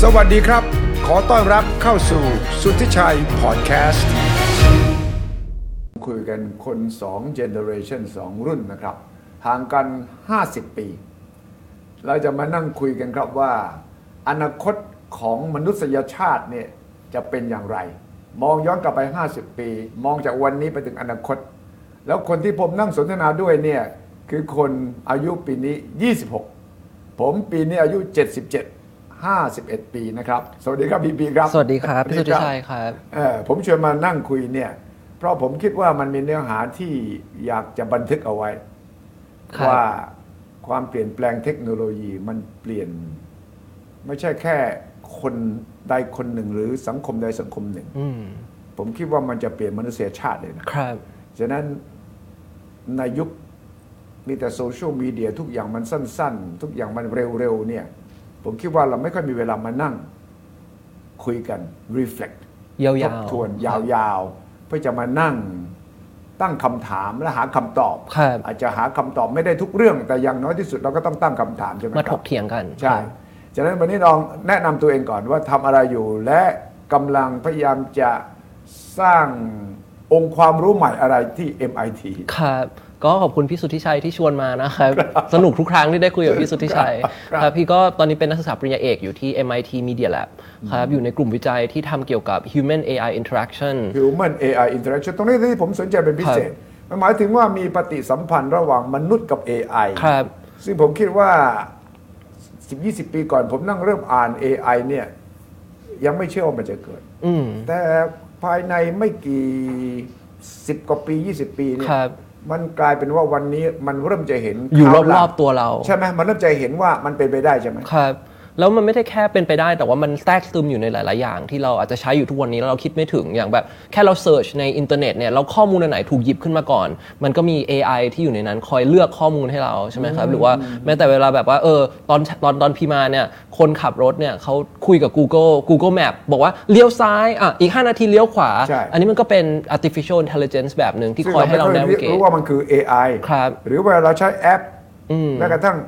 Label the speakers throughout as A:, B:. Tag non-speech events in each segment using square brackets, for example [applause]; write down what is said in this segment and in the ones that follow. A: สวัสดีครับ ขอต้อนรับเข้าสู่สุทธิชัยพอดแคสต์ คุยกันคน2 generation 2 รุ่นนะครับ ห่างกัน 50 ปี เราจะมานั่งคุยกันครับว่า อนาคตของมนุษยชาติเนี่ยจะเป็นอย่างไร มองย้อนกลับไป 50 ปี มองจากวันนี้ไปถึงอนาคต แล้วคนที่ผมนั่งสนทนาด้วยเนี่ยคือคนอายุปีนี้ 26 ผมปีนี้อายุ 77 51 ปีนะครับ สวัสดีครับพีพีครับ
B: สวัสดีครับพี่สุทธิชัยครับ
A: เอ่อผมชวนมานั่งคุยเนี่ย เพราะผมคิดว่ามันมีเนื้อหาที่อยากจะบันทึกเอาไว้
B: ครับ
A: ว่าความเปลี่ยนแปลงเทคโนโลยีมันเปลี่ยน ไม่ใช่แค่คนใดคนหนึ่งหรือสังคมใดสังคมหนึ่ง
B: อืม
A: ผมคิดว่ามันจะเปลี่ยนมนุษยชาติเลยนะ
B: ครับ
A: ฉะนั้นในยุคมีแต่โซเชียลมีเดียทุกอย่างมันสั้น ๆ ทุกอย่างมันเร็ว ๆ เนี่ย ผมคิดว่าเราไม่ค่อยมีเวลามานั่ง คุยกัน reflect
B: ยาวๆ
A: ทบทวนยาวๆ เพื่อจะมานั่งตั้งคำถามและหาคำตอบ
B: ครับ
A: อาจจะหาคำตอบไม่ได้ทุกเรื่องแต่อย่างน้อยที่สุดเราก็ต้องตั้งคำถามใช่ไหม
B: มา
A: ค
B: ถ
A: รับ
B: กเถียงกัน
A: ใช่ฉะนั้นวันนี้ลองแนะนำตัวเองก่อนว่าทำอะไรอยู่ และกำลังพยายามจะสร้างองค์ความรู้ใหม่อะไรที่ MIT
B: ครับ ก็ขอบคุณพี่สุทธิชัยที่ชวนมานะครับ สนุกทุกครั้งที่ได้คุยกับพี่สุทธิชัยครับพี่ก็ตอนนี้เป็นนักศึกษาปริญญาเอกอยู่ที่ MIT Media Lab ครับอยู่ในกลุ่มวิจัยที่ทำเกี่ยวกับ Human AI Interaction
A: Human AI Interaction ตรงนี้ที่ผมสนใจเป็นพิเศษมันหมายถึงว่ามีปฏิสัมพันธ์ระหว่างมนุษย์กับ AI
B: ครับ
A: ซึ่งผมคิดว่า 10 20 ปีก่อนผมนั่งเริ่มอ่าน AI เนี่ยยังไม่เชื่อว่ามันจะเกิด
B: อืม
A: แต่ภายในไม่กี่ 10 กว่าปี 20 ปีเนี่ย
B: ครับ
A: มันกลายเป็นว่าวันนี้มันเริ่มจะเห็น
B: อยู่
A: ข่าว
B: ร
A: ลั
B: อบๆตัวเรา
A: ใช่ไหมมันเริ่มจะเห็นว่ามันเป็นไปได้ใช่ไหม
B: ครับแล้วมันไม่ได้แค่เป็นไปได้แต่ว่ามันแทรกซึมอยู่ในหลาย ๆ อย่าง ที่เราอาจจะใช้อยู่ทุกวันนี้แล้วเราคิดไม่ถึงอย่างแบบแค่เราเสิร์ชในอินเทอร์เน็ตเนี่ยเราข้อมูลอันไหนถูกหยิบขึ้นมาก่อน มันก็มี AI ที่อยู่ในนั้นคอยเลือกข้อมูลให้เราใช่ไหมครับ หรือว่าแม้แต่เวลาแบบว่าเออตอนตอนตอนพีมาเนี่ยคนขับรถเนี่ยเขาคุยกับ Google Google Map บอกว่าเลี้ยวซ้ายอ่ะอีก 5 นาทีเลี้ยวขวา
A: ใช่
B: อันนี้มันก็เป็น artificial intelligence แบบหนึ่งที่
A: ซึ่ง
B: คอยให้เรา
A: ไม่ค่อย
B: navigate
A: รู้ว่ามันคือ AI
B: ครับ
A: หรือเวลาเราใช้แอป
B: อืม
A: แม้กระทั่ง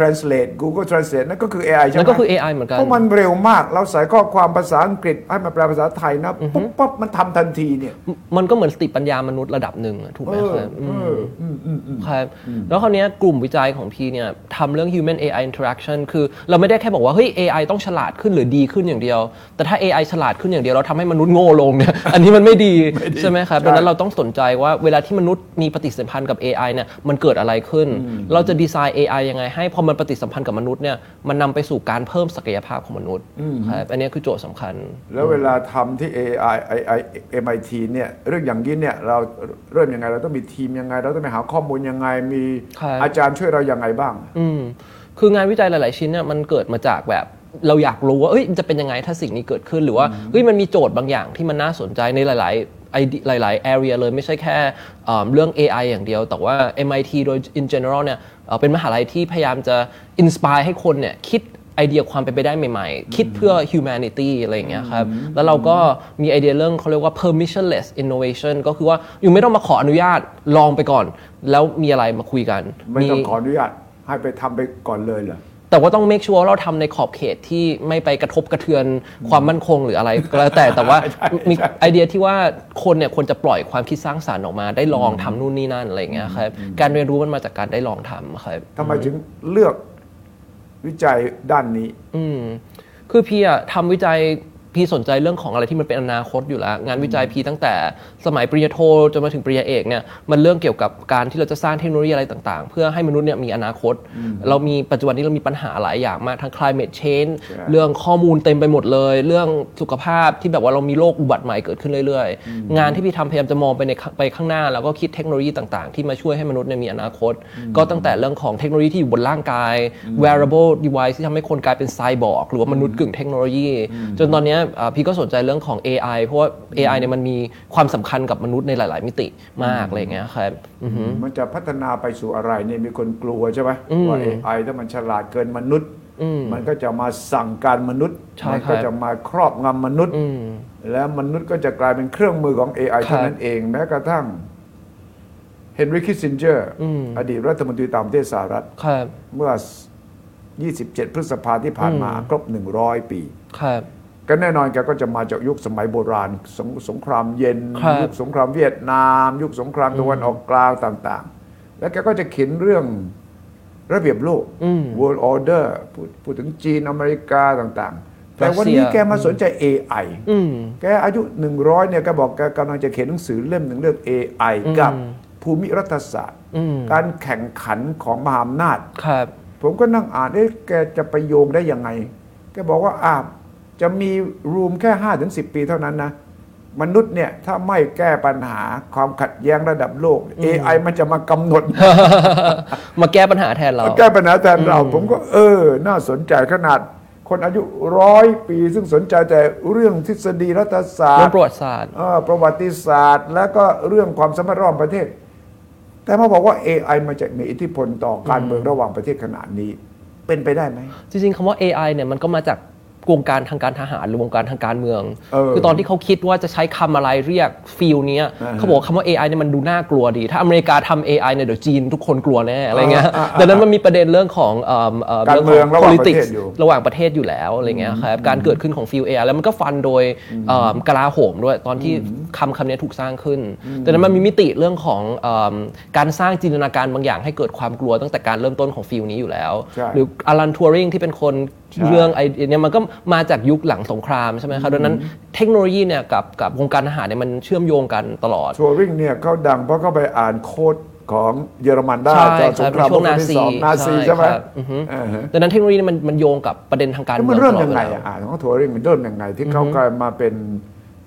A: Translate Google Translate นั่นก็คือ AI ใช่ไหม
B: นั่นก็คือ AI เหมือนกัน
A: เพราะมันเร็วมาก เราใส่ข้อความภาษาอังกฤษให้มันแปลภาษาไทยนะปุ๊บปั๊บมันทำทันทีเนี่ย
B: มันก็เหมือนสติปัญญามนุษย์ระดับหนึ่งอะถูกไหมครับ
A: เอ
B: ม
A: ออืมอืมอืม
B: ครับแล้วคราวเนี้ยกลุ่มวิจัยของพี่เนี่ยทำเรื่อง human AI interaction คือเราไม่ได้แค่บอกว่า เฮ้ย AI ต้องฉลาดขึ้นหรือดีขึ้นอย่างเดียว แต่ถ้า AI ฉลาดขึ้นอย่างเดียวเราทำให้มนุษย์โง่ลงเนี่ย [laughs] อันนี้มันไม่ดี ใช่ไหมครับ
A: ใช่
B: ดังนั้นเราต้องสนใจว่าเวลาที่มนุษย์มีปฏิสัมพันธ์กับ AI เนี่ยมันเกิดอะไรขึ้น เราจะดีไซน์ AI ยังไงให้พอมันปฏิสัมพันธ์กับมนุษย์เนี่ยมันนำไปสู่การเพิ่มศักยภาพของมนุษย์ครับอันเนี้ยคือโจทย์สำคัญ
A: แล้วเวลาทำที่ AI AI MIT เนี่ยเรื่องอย่างนี้เนี่ยเราเริ่มยังไง เราต้องมีทีมยังไง เราต้องไปหาข้อมูลยังไงมี
B: ครับ
A: อาจารย์ช่วยเรายังไงบ้าง
B: อืมคืองานวิจัยหลาย ๆ ชิ้นเนี่ยมันเกิดมาจากแบบเราอยากรู้ว่าเอ้ยมันจะเป็นยังไงถ้าสิ่งนี้เกิดขึ้นหรือว่าเฮ้ยมันมีโจทย์บางอย่างที่มันน่าสนใจในหลาย ๆ ไอหลาย ๆ area เลยไม่ใช่แค่เอ่อเรื่อง AI อย่างเดียว แต่ว่า MIT โดย in general เนี่ยเอ่อเป็นมหาลัยที่พยายามจะ inspire ให้คนเนี่ยคิดไอเดียความเป็นไปได้ใหม่ ๆ คิดเพื่อ humanity อะไรอย่างเงี้ยครับ แล้วเราก็มีไอเดียเรื่องเขาเรียกว่า permissionless innovation ก็คือว่าอยู่ไม่ต้องมาขออนุญาตลองไปก่อน แล้วมีอะไรมาคุยกัน
A: ไม่ต้องขออนุญาตให้ไปทำไปก่อนเลยเหรอ
B: แต่ว่าต้อง make sure ว่าเราทำในขอบเขตที่ไม่ไปกระทบกระเทือนความมั่นคงหรืออะไรก็แล้ว [laughs] แต่แต่ว่ามีไอเดียที่ว่าคนเนี่ยควรจะปล่อยความคิดสร้างสารรค์ออกมาได้ลองทำนู่นนี่นั่นอะไรอย่างเงี้ยครับการเรียนรู้มันมาจากการได้ลองทำครับ
A: ทำไมถึงเลือกวิจัยด้านนี้
B: อืมคือพี่อะทำวิจัยพี่สนใจเรื่องของอะไรที่มันเป็นอนาคตอยู่แล้ว งานวิจัยพี่ตั้งแต่สมัยปริญญาโทจนมาถึงปริญญาเอกเนี่ยมันเรื่องเกี่ยวกับการที่เราจะสร้างเทคโนโลยีอะไรต่างๆ เพื่อให้มนุษย์เนี่ยมีอนาคต เรามีปัจจุบันนี้เรามีปัญหาหลายอย่างมากทั้ง climate change
A: ใช่
B: เรื่องข้อมูลเต็มไปหมดเลย เรื่องสุขภาพที่แบบว่าเรามีโรคอุบัติใหม่เกิดขึ้นเรื่อยๆ งานที่พี่ทำพยายามจะมองไปในข้างไปข้างหน้า แล้วก็คิดเทคโนโลยีต่างๆ ที่มาช่วยให้มนุษย์เนี่ยมีอนาคต ก็ตั้งแต่เรื่องของเทคโนโลยีที่อยู่บนร่างกาย wearable device ที่ทำให้คนกลายเป็นไซบอร์กหรือว่ามนุษย์กึ่งเทคโนโลยี จนตอนเนี้ยอ่าพี่ก็สนใจเรื่องของ AI เพราะว่า AI เนี่ยมันมีความสำคัญกับมนุษย์ในหลาย ๆ มิติมากอะไรอย่างเงี้ยครับอือฮึ
A: มันจะพัฒนาไปสู่อะไรเนี่ยมีคนกลัวใช่ไหม
B: อืม
A: ว่า AI ถ้ามันฉลาดเกินมนุษย์ มันก็จะมาสั่งการมนุษย์
B: ใช่
A: มั
B: ครับ
A: ก็จะมาครอบงำมนุษย์
B: อืม
A: และมนุษย์ก็จะกลายเป็นเครื่องมือของ AI
B: ครับ
A: เท่านั้นเอง แม้กระทั่งเฮนร y คิ s ซินเจอร์
B: อืม
A: อดีตรัฐมนตรีต่างประเทศสหรัฐ
B: ครับ
A: เมื่อ 27 พฤษภาที่ผ่านมาครบ 100 ปี
B: ครับ
A: ก็แน่นอนแกก็จะมาจากยุคสมัยโบราณสงสงครามเย็น
B: ครับ
A: ยุคสงครามเวียดนาม ยุคสงครามตะวันออกกลางต่างๆ แล้วแกก็จะเขียนเรื่องระเบียบโลก world order พูดพูดถึงจีนอเมริกาต่างๆ แต่วันนี้แกมาสนใจ AI
B: อืม
A: แกอายุ 100เนี่ยแกบอกแกกำลังจะเขียนหนังสือเล่มหนึ่งเรื่อง AI กับภูมิรัฐศาสตร์
B: อืม
A: การแข่งขันของมหาอำนาจ
B: ครับ
A: ผมก็นั่งอ่านเอ๊ะแกจะไปโยงได้ยังไง แกบอกว่าอ่าจะมีรูมแค่ 5-10ถึงปีเท่านั้นนะ มนุษย์เนี่ย ถ้าไม่แก้ปัญหาความขัดแย้งระดับโลก AI มันจะมากำหนด
B: [laughs] มาแก้ปัญหาแทนเรา
A: แก้ปัญหาแทนเราผมก็เออ น่าสนใจขนาด คนอายุร้อยปีซึ่งสนใจแต่เรื่องทฤษฎีรัฐศาส
B: เรื่
A: ต
B: อง
A: ร์
B: ประวัติศาสตร์
A: เอ่อประวัติศาสตร์ และก็เรื่องความสัมพันธ์ระหว่างประเทศ แต่มาบอกว่า AI มันจะมีอิทธิพลต่อการเมืองระหว่างประเทศขนาดนี้ เป็นไปได้ไหม
B: จริงๆคำว่า AI เนี่ยมันก็มาจากวงการทางการทหารหรือวงการทางการเมือง
A: เออ
B: คือตอนที่เขาคิดว่าจะใช้คำอะไรเรียกฟิลเนี้ย
A: อ่าฮะ
B: เขาบอกว่าคำว่า AI เนี่ยมันดูน่ากลัวดี ถ้าอเมริกาทำ AI เนี่ยเดี๋ยวจีนทุกคนกลัวแน่อะไรเงี้ย
A: อ่าอ่าอ่า
B: ดังนั้นมันมีประเด็นเรื่องของเอิ่ม
A: การ
B: ข
A: เมืองระหว่างประเทศ
B: politics
A: อยู่
B: ระหว่างประเทศอยู่แล้วอะไรเงี้ยครับการเกิดขึ้นของฟิล AI แล้วมันก็ฟันโดยเอิ่มกลาโหมด้วยตอนที่คำคำเนี้ยถูกสร้างขึ้นดังนั้นมันมีมิติเรื่องของเอิ่มการสร้างจินตนาการบางอย่างให้เกิดความกลัวตั้งแต่การเริ่มต้นของฟิลนี้อยู่แล้ว
A: ใช่
B: หรือ อลันทัวริงที่เป็นคน
A: ใช่
B: เรื่องไอเดียเนี่ยมันก็มาจากยุคหลังสงครามใช่ไหมครับดังนั้นเทคโนโลยีเนี่ยกับกับวงการทหารเนี่ยมันเชื่อมโยงกันตลอด
A: ทัวริงเนี่ยเขาดังเพราะเขาไปอ่านโค้ดของเยอรมันได้
B: ใช่
A: ตอนสงคราม
B: ครับในช่วง
A: โลกครั้ที่สอง
B: นา
A: นา
B: ซี
A: ซี
B: ใช่
A: ใช่ไหม
B: ครับอือฮึ
A: อ่าฮะ
B: ดังนั้นเทคโนโลยีเนี่ยมันมันโยงกับประเด็นทางการ
A: แล้วมั
B: เมือนง
A: เริ่ม
B: ตลอ
A: ยัง
B: ดเว
A: ไง
B: ลา
A: อ่ะอ่านของทัวริงมันเริ่มยังไง ที่เขากลายมาเป็น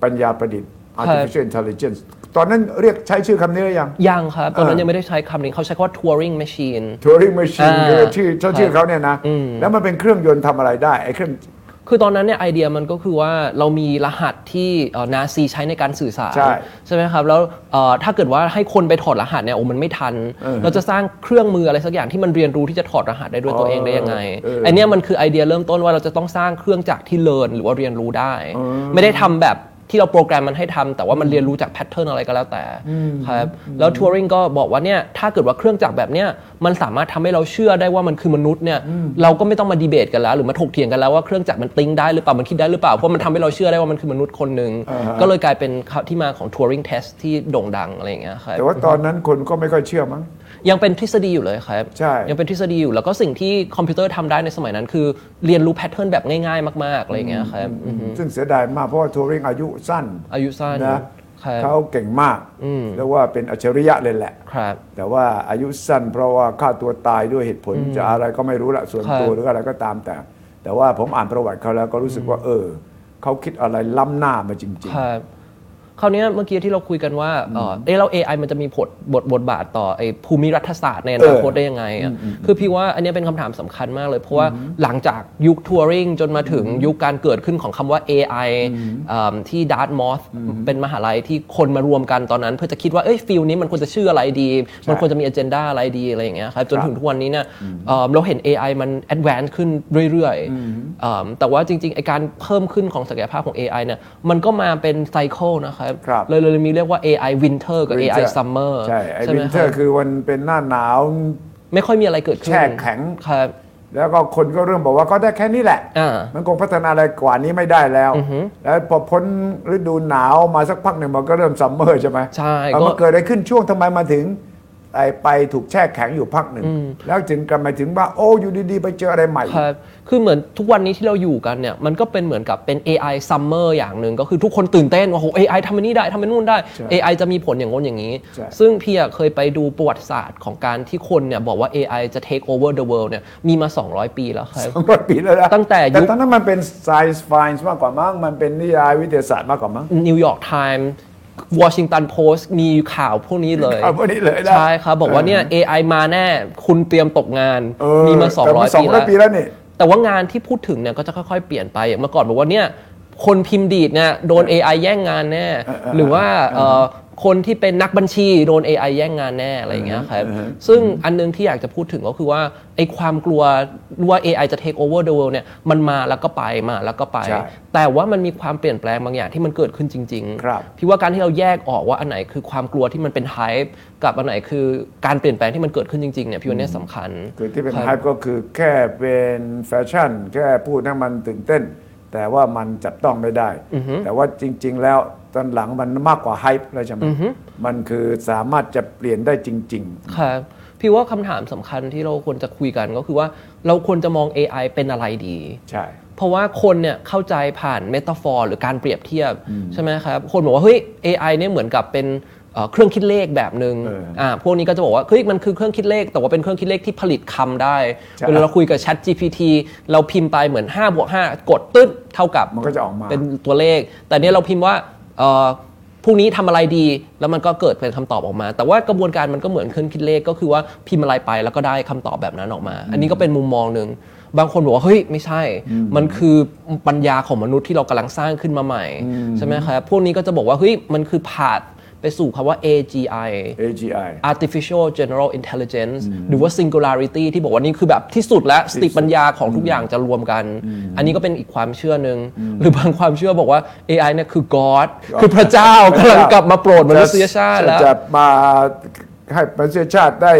A: ปัญญาประดิษฐ์ artificial intelligence ตอนนั้นเรียกใช้ชื่อคำนี้หรือยัง
B: ยังครับตอนนั้นยังไม่ได้ใช้คำนี้เขาใช้คำว่า touring machine
A: ทัวริงแมชชีน
B: อ่า
A: คือชื่อเจ้าชื่อ
B: ครับ
A: เขาเนี่ยนะ
B: อืม
A: แล้วมันเป็นเครื่องยนต์ทำอะไรได้ไอ้เครื่อง
B: คือตอนนั้นเนี่ยไอเดียมันก็คือว่าเรามีรหัสที่เอ่อนาซีใช้ในการสื่อสาร
A: ใช่
B: ไหมครับแล้วเอ่อถ้าเกิดว่าให้คนไปถอดรหัสเนี่ยโอ้มันไม่ทัน เราจะสร้างเครื่องมืออะไรสักอย่างที่มันเรียนรู้ที่จะถอดรหัสได้ด้วยตัวเองได้ยังไง
A: เออ
B: ไอเนี้ยมันคือไอเดียเริ่มต้นว่าเราจะต้องสร้างเครื่องจักรที่เรียนหรือว่าเรียนรู้ได้ ไม่ได้ทำแบบที่เราโปรแกรมมันให้ทำแต่ว่ามันเรียนรู้จากแพทเทิร์นอะไรก็แล้วแต่ครับแล้วทัวริงก็บอกว่าเนี่ยถ้าเกิดว่าเครื่องจักรแบบเนี้ยมันสามารถทำให้เราเชื่อได้ว่ามันคือมนุษย์เนี่ยเราก็ไม่ต้องมาดีเบตกันแล้ว หรือมาถกเถียงกันแล้วว่าเครื่องจักรมันติ้งได้หรือเปล่ามันคิดได้หรือเปล่าเพราะมันทำให้เราเชื่อได้ว่ามันคือมนุษย์คนหนึ่งก็เลยกลายเป็นที่มาของทัวริงเทสที่โด่งดังอะไรอย่างเงี้ยครับ
A: แต่ว่าตอนนั้นคนก็ไม่ค่อยเชื่อมั้ง
B: ยังเป็นทฤษฎีอยู่เลยครับ
A: ใช่
B: ยังเป็นทฤษฎีอยู่ แล้วก็สิ่งที่คอมพิวเตอร์ทำได้ในสมัยนั้น คือเรียนรู้แพทเทิร์นแบบง่ายๆ มากๆ อะไรอย่างเงี้ยครับอือฮึ
A: ซึ่งเสียดายมากเพราะว่าทัวริงอายุสั้น
B: อายุสั้น
A: นะครับ เขาเก่งมากเรียกว่าเป็นอัจฉริยะเลยแหละ
B: ครับ
A: แต่ว่าอายุสั้นเพราะว่าฆ่าตัวตายด้วยเหตุผลจะอะไรก็ไม่รู้ละส่วน
B: ครับ
A: ตัวหรืออะไรก็ตามแต่ แต่ว่าผมอ่านประวัติเขาแล้วก็รู้สึกว่าเออเขาคิดอะไรล้ำหน้ามาจริง
B: ครับคราวเนี้ยเมื่อกี้ที่เราคุยกันว่าเอ่อเอะเรา AI มันจะมีผลบทบทบาทต่อไอ้ภูมิรัฐศาสตร์ในอนาคต
A: เออ
B: ได้ยังไงอะคือพี่ว่าอันเนี้ยเป็นคำถามสำคัญมากเลย เพราะว่าหลังจากยุคทัวริงจนมาถึงยุคการเกิดขึ้นของคำว่า AI เอิ่มที่ดาร์ตมอสเป็นมหาลัยที่คนมารวมกันตอนนั้น เพื่อจะคิดว่าเอ้ยฟิลนี้มันควรจะชื่ออะไรดี มันควรจะมี agenda อะไรดีอะไรอย่างเงี้ยครับจนถึงทุกวันนี้เนี่ยเอิ่มเราเห็น AI มัน advance ขึ้นเรื่อยๆเอิ่มแต่ว่าจริงๆไอการเพิ่มขึ้นของศักยภาพของ AI เนี่ยมันก็มาเป็นไซเคิลนะครับ
A: ครับ
B: เลยเลยมีเรียกว่า AI Winter กับ
A: Winter
B: AI Summer
A: ๆ ใช่ไอ้
B: ห
A: วิ
B: ม
A: น
B: ค
A: เทอร์คือวันเป็นหน้าหนาว
B: ไม่ค่อยมีอะไรเกิดขึ้น
A: แช่แข็ง
B: ครับ
A: แล้วก็คนก็เริ่มบอกว่าก็ได้แค่นี้แหละ
B: อ่า
A: มันคงพัฒนาอะไรกว่านี้ไม่ได้แล้ว แล้วพอพ้นฤดูหนาวมาสักพักหนึ่งมันก็เริ่มซัมเมอร์ใช่ไหม
B: ใช่
A: เอา
B: ก็
A: มันเกิดอะไรขึ้นช่วงทำไมมาถึงไปไปถูกแช่แข็งอยู่พักหนึ่ง แล้วถึงกลับมาถึงว่าโอ้อยู่ดีๆ ไปเจออะไรใหม่
B: ครับคือเหมือนทุกวันนี้ที่เราอยู่กันเนี่ย มันก็เป็นเหมือนกับเป็น AI summer อย่างหนึ่งก็คือทุกคนตื่นเต้นว่าโห AI ทำอันนี้ได้ทำอันนู่นได้
A: ใช่
B: AI จะมีผลอย่างง้นอย่างนี้
A: ใช่
B: ซึ่งพี่อะเคยไปดูประวัติศาสตร์ของการที่คนเนี่ยบอกว่า AI จะ take over the world เนี่ยมีมา 200 ปีแล้วครับ
A: สองร้อยปีแล้วนะ
B: ตั้งแต่ยุค
A: แต่ตอนนั้นมันเป็น science science มากกว่ามั้งมันเป็นนิยายวิทยาศาสตร์มากกว่ามั้ง
B: นิวยอร์กไทม์วอชิงตันโพสต์มีข่าวพวกนี้เลย
A: ข่าวพวกนี้เลยนะ
B: ใช่ครับ บอกว่าเนี่ย AI มาแน่คุณเตรียมตกงาน
A: เออ
B: มีมา
A: แต่
B: 200
A: สองร้อยปีแล้วนี่
B: แต่ว่างานที่พูดถึงเนี่ยก็จะค่อยๆ เปลี่ยนไปอย่างเมื่อก่อนบอกว่าเนี่ยคนพิมพ์ดีดเนี่ยโดน AI แย่งงานแน่หรือว่าเอ่อ คนที่เป็นนักบัญชีโดน AI แย่งงานแน่อะไรอย่างเงี้ยครับ
A: อือฮึ
B: ซึ่งอันนึงที่อยากจะพูดถึงก็คือว่าไอ้ความกลัวว่า AI จะ take over the world เนี่ยมันมาแล้วก็ไปมาแล้วก็ไป
A: ใช่
B: แต่ว่ามันมีความเปลี่ยนแปลงบางอย่างที่มันเกิดขึ้นจริง
A: ครับ
B: พี่ว่าการที่เราแยกออกว่าอันไหนคือความกลัวที่มันเป็น hype กับอันไหนคือการเปลี่ยนแปลงที่มันเกิดขึ้นจริงๆเนี่ยพี่ว่าเนี่ยสำคัญ
A: คือที่เป็น
B: ครับ
A: ไฮป์ก็คือแค่เป็นแฟชั่น แค่พูดให้มันตื่นเต้น แต่ว่ามันจับต้องไม่ได้ แต่ว่าจริง ๆ แล้วตอนหลังมันมากกว่าไฮป์แล้วใช่ไหมมันคือสามารถจะเปลี่ยนได้จริง
B: ครับพี่ว่าคำถามสำคัญที่เราควรจะคุยกันก็คือว่าเราควรจะมอง AI เป็นอะไรดี
A: ๆ ใช่
B: เพราะว่าคนเนี่ยเข้าใจผ่านเมตาฟอร์หรือการเปรียบเทียบใช่ไหมครับคนบอกว่าเฮ้ย AI เนี่ยเหมือนกับเป็นเอ่อเครื่องคิดเลขแบบหนึ
A: เอ
B: ง่
A: อง
B: อ่าพวกนี้ก็จะบอกว่าเฮ้ยมันคือเครื่องคิดเลข แต่ว่าเป็นเครื่องคิดเลขที่ผลิตคำได้
A: ใช่
B: เวลาเราคุยกับ Chat GPT เราพิมพ์ไปเหมือน5บวก5กดตึ๊ดเท่ากับ
A: มันก็จะออกมา
B: เป็นตัวเลข แต่เนี้ยเราพิมพ์ว่าเอ่อพรุ่งนี้ทำอะไรดี แล้วมันก็เกิดเป็นคำตอบออกมา แต่ว่ากระบวนการมันก็เหมือนเครื่องคิดเลขก็คือว่าพิมพ์อะไรไปแล้วก็ได้คำตอบแบบนั้นออกมา อันนี้ก็เป็นมุมมองหนึ่ง บางคนบอกว่า เฮ้ย ไม่ใช่ มันคือปัญญาของมนุษย์ที่เรากำลังสร้างขึ้นมาใหม่ ใช่ไหมครับ พวกนี้ก็จะบอกว่า เฮ้ย มันคือผาดไปสู่คำว่า AGI
A: AGI
B: artificial general intelligence หรือว่า singularity ที่บอกว่านี่คือแบบที่สุดแล้วสติปัญญาของทุกอย่างจะรวมกัน อันนี้ก็เป็นอีกความเชื่อหนึ่งหรือบางความเชื่อบอกว่า AI เนี่ยคือ God คือพระเจ้ากำลังกลับมาโปรดมนุษยชาติแล้ว
A: จะมาให้มนุษยชาติได้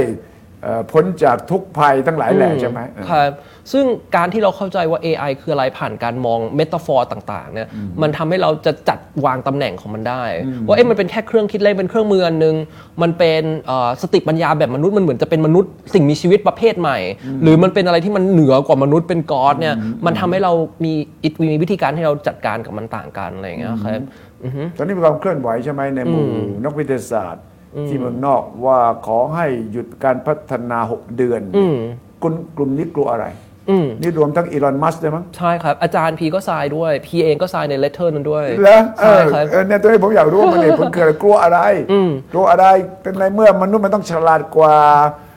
A: เอ่อพ้นจากทุกข์ภัยทั้งหลายแหล่ใช่ไหมเออ
B: ครับซึ่งการที่เราเข้าใจว่า AI คืออะไรผ่านการมองเมตาฟอร์ต่างๆเนี่ยมันทำให้เราจะจัดวางตำแหน่งของมันได้ ว่าเอ๊ะมันเป็นแค่เครื่องคิดเลขเป็นเครื่องมืออันนึง มันเป็นเอ่อสติปัญญาแบบมนุษย์มันเหมือนจะเป็นมนุษย์สิ่งมีชีวิตประเภทใหม่ หรือมันเป็นอะไรที่มันเหนือกว่ามนุษย์เป็นกอดเนี่ยมันทำให้เรามีอิทมีวิธีการให้เราจัดการกับมันต่างกันอะไรอย่างเงี้ยครับอือฮึ
A: ตอนนี้มีความเคลื่อนไหวใช่ไหมในหมู่นักวิทยาศาสตร์ ที่เมืองนอกว่าขอให้หยุดการพัฒนา 6 เดือนกลุ่มกลุ่มนี้กลัวอะไร
B: อืม
A: นี่รวมทั้งอีลอนมัสก์ด้วยมั้ง
B: ใช่ครับอาจารย์พีก็ทรายด้วยพีเองก็ทรายในเลเทอร์นั้นด้วย
A: แล้วเออ
B: ใช่ครับ
A: เออเนี่ยตัวนี้ผมอยากรู้ว่ามันเนี่ยผลเกิดอะไรกลัวอะไรกลัวอะไรเป็นในเมื่อมนุษย์มันต้องฉลาดกว่า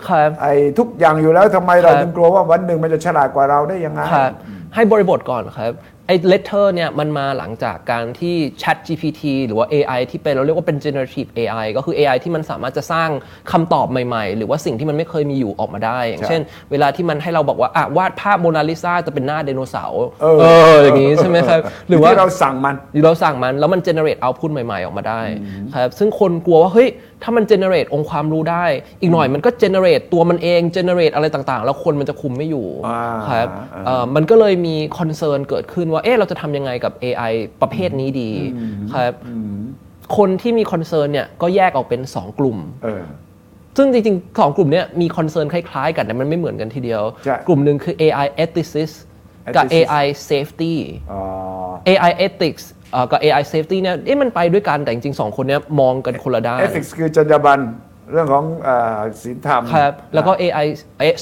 B: ครับ
A: ไอ้ทุกอย่างอยู่แล้วทำไมเรา
B: ครับ
A: ถึงกลัวว่าวันหนึ่งมันจะฉลาดกว่าเราได้ยังไง
B: ครับให้บริบทก่อนครับไอ้ letter เนี่ยมันมาหลังจากการที่ Chat GPT หรือว่า AI ที่เป็นเราเรียกว่าเป็น generative AI ก็คือ AI ที่มันสามารถจะสร้างคำตอบใหม่ๆ หรือว่าสิ่งที่มันไม่เคยมีอยู่ออกมาได้ อย่าง
A: ใช่
B: เช่น เวลาที่มันให้เราบอกว่าอ่ะวาดภาพโมนาลิซาจะเป็นหน้าไดโนเสาร์
A: เออ
B: เอออย่างนี้ใช่ไหมครับหรือว่า
A: ที่เราสั่งมัน
B: เราสั่งมันแล้วมัน generate output ใหม่ ๆ ออกมาได้ครับซึ่งคนกลัวว่า เฮ้ย ถ้ามัน generate องค์ความรู้ได้ อีกหน่อยมันก็ generate ตัวมันเอง generate อะไรต่างๆ แล้วคนมันจะคุมไม่อยู่
A: อ่า
B: ครับ
A: อ่า
B: เอ่อมันก็เลยมี concern เกิดขึ้นว่า เอ๊ะ เราจะทำยังไงกับ AI ประเภทนี้ดีครับคนที่มี concern เนี่ยก็แยกออกเป็น 2 กลุ่ม
A: เออ
B: ซึ่งจริงๆสองกลุ่มเนี้ยมีคอนเซิร์นคล้ายๆ กันแต่มันไม่เหมือนกันทีเดียว
A: ใช่
B: กลุ่มหนึ่งคือ AI ethicist กับ
A: ethicist
B: AI safety
A: อ๋อ
B: AI ethics เอ่อกับ AI safety เนี่ยเอ๊ะมันไปด้วยกันแต่จริงๆสองคนเนี้ยมองกันคนละด้าน
A: เอธิกส์คือจรรยาบรรณเรื่องของเอ่อศีลธรรม
B: ครับ แล้วก็ AI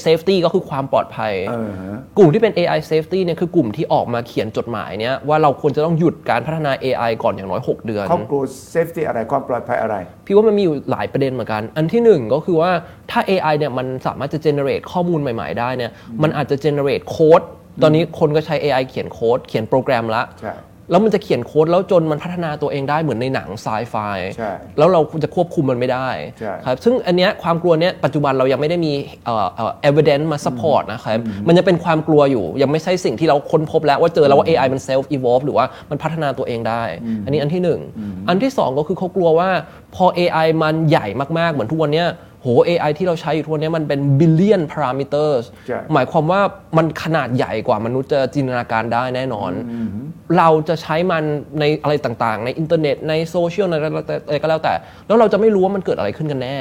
B: safety ก็คือความปลอดภัย
A: เออฮะ
B: กลุ่มที่เป็น AI safety เนี่ยคือกลุ่มที่ออกมาเขียนจดหมายเนี่ยว่าเราควรจะต้องหยุดการพัฒนา AI ก่อนอย่างน้อย 6 เดือน
A: ครอบครัวเซฟตี้อะไรความปลอดภัยอะไร
B: พี่ว่ามันมีอยู่หลายประเด็นเหมือนกัน อันที่หนึ่งก็คือว่าถ้า AI เนี่ยมันสามารถจะ generate ข้อมูลใหม่ ๆ ได้เนี่ย มันอาจจะ generate โค้ด ตอนนี้คนก็ใช้ AI เขียนโค้ด เขียนโปรแกรมละ
A: ใช่
B: แล้วมันจะเขียนโค้ดแล้วจนมันพัฒนาตัวเองได้เหมือนในหนังไซไฟ
A: ใช่
B: แล้วเราจะควบคุมมันไม่ได้
A: ใช่
B: ครับ ซึ่งอันเนี้ยความกลัวเนี้ยปัจจุบันเรายังไม่ได้มีเอ่อเอ่อ evidence มา support นะครับ มันจะเป็นความกลัวอยู่ ยังไม่ใช่สิ่งที่เราค้นพบแล้วว่าเจอแล้วว่า AI มัน self evolve หรือว่ามันพัฒนาตัวเองได้ อันนี้อันที่หนึ่ง อันที่สองก็คือเขากลัวว่าพอ AI มันใหญ่มากๆ เหมือนทุกวันเนี้ยโห AI ที่เราใช้อยู่ทุกวันเนี้ยมันเป็น billion parameters
A: ใช่
B: หมายความว่ามันขนาดใหญ่กว่ามนุษย์จะจินตนาการได้แน่นอน เราจะใช้มันในอะไรต่างๆ ในอินเทอร์เน็ตในโซเชียลในอะไรก็แล้วแต่ แล้วเราจะไม่รู้ว่ามันเกิดอะไรขึ้นกันแน่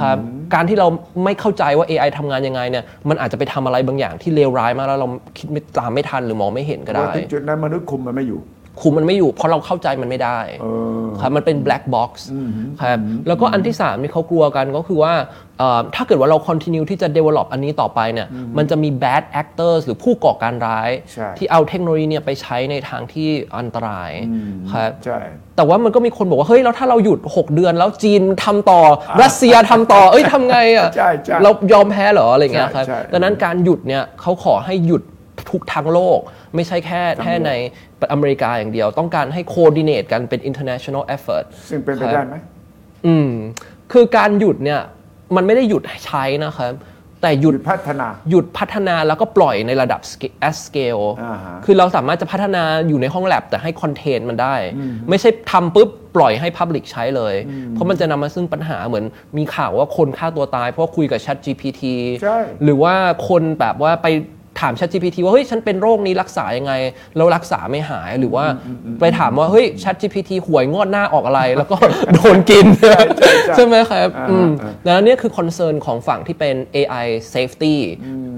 B: ครับการที่เราไม่เข้าใจว่า AI ทำงานยังไงเนี่ยมันอาจจะไปทำอะไรบางอย่างที่เลวร้ายมากแล้วเราคิดไม่ตามไม่ทันหรือมองไม่เห็นก็
A: ว่า
B: ได้
A: ถึงจุดนั้นมนุษย์คุมมันไม่อยู่
B: คุมมันไม่อยู่เพราะเราเข้าใจมันไม่ได้ครับมันเป็น black box ครับแล้วก็อันที่3ที่เขากลัวกันก็คือว่าเอ่อถ้าเกิดว่าเรา continue ที่จะ develop อันนี้ต่อไปเนี่ยมันจะมี bad actors หรือผู้ก่อการร้าย
A: ใช่
B: ที่เอาเทคโนโลยีเนี่ยไปใช้ในทางที่อันตรายครับ
A: ใช่
B: แต่ว่ามันก็มีคนบอกว่า เฮ้ย แล้วถ้าเราหยุด 6 เดือนแล้วจีนทำต่อ รัสเซียทำต่อ เอ้ยทำไงอ่ะ
A: ใช่ใช่
B: เรายอมแพ้เหรออะไรอย่างเงี้ยครับ
A: ใช่ใช่
B: ดังนั้นการหยุดเนี่ยเขาขอให้หยุดทุกทั้งโลก ไม่ใช่แค่แค่ในอเมริกาอย่างเดียว ต้องการให้ coordinate กันเป็น international effort
A: ซึ่งเป็นไป
B: ครับ
A: ได้ไหม
B: อืมคือการหยุดเนี่ยมันไม่ได้หยุดใช้นะครับ แต่ห
A: หยุ
B: ยุ
A: ด
B: ด
A: พัฒนา
B: หยุดพัฒนาแล้วก็ปล่อยในระดับ sca- as scale
A: อ่าฮะ
B: คือเราสามารถจะพัฒนาอยู่ในห้องแลบแต่ให้คอนเทนต์มันได้
A: อืม
B: ไม่ใช่ทำปุ๊บปล่อยให้ Public ใช้เลย
A: อืม
B: เพราะมันจะนำมาซึ่งปัญหาเหมือนมีข่าวว่าคนฆ่าตัวตาย เพราะคุยกับ Chat GPT
A: ใช่
B: หรือว่าคนแบบว่าไปถาม Chat GPT ว่าเฮ้ยฉันเป็นโรคนี้รักษายังไง แล้วรักษาไม่หายหรือว่าไปถามว่าเฮ้ย Chat GPT หวยงอดหน้าออกอะไร แล้วก็ [laughs] โดนกิน
A: ใช่
B: ใช่ไหมครับ
A: อ่า
B: อืม
A: อ่า
B: ดังนั้นเนี่ยคือคอนเซิร์นของฝั่งที่เป็น AI safety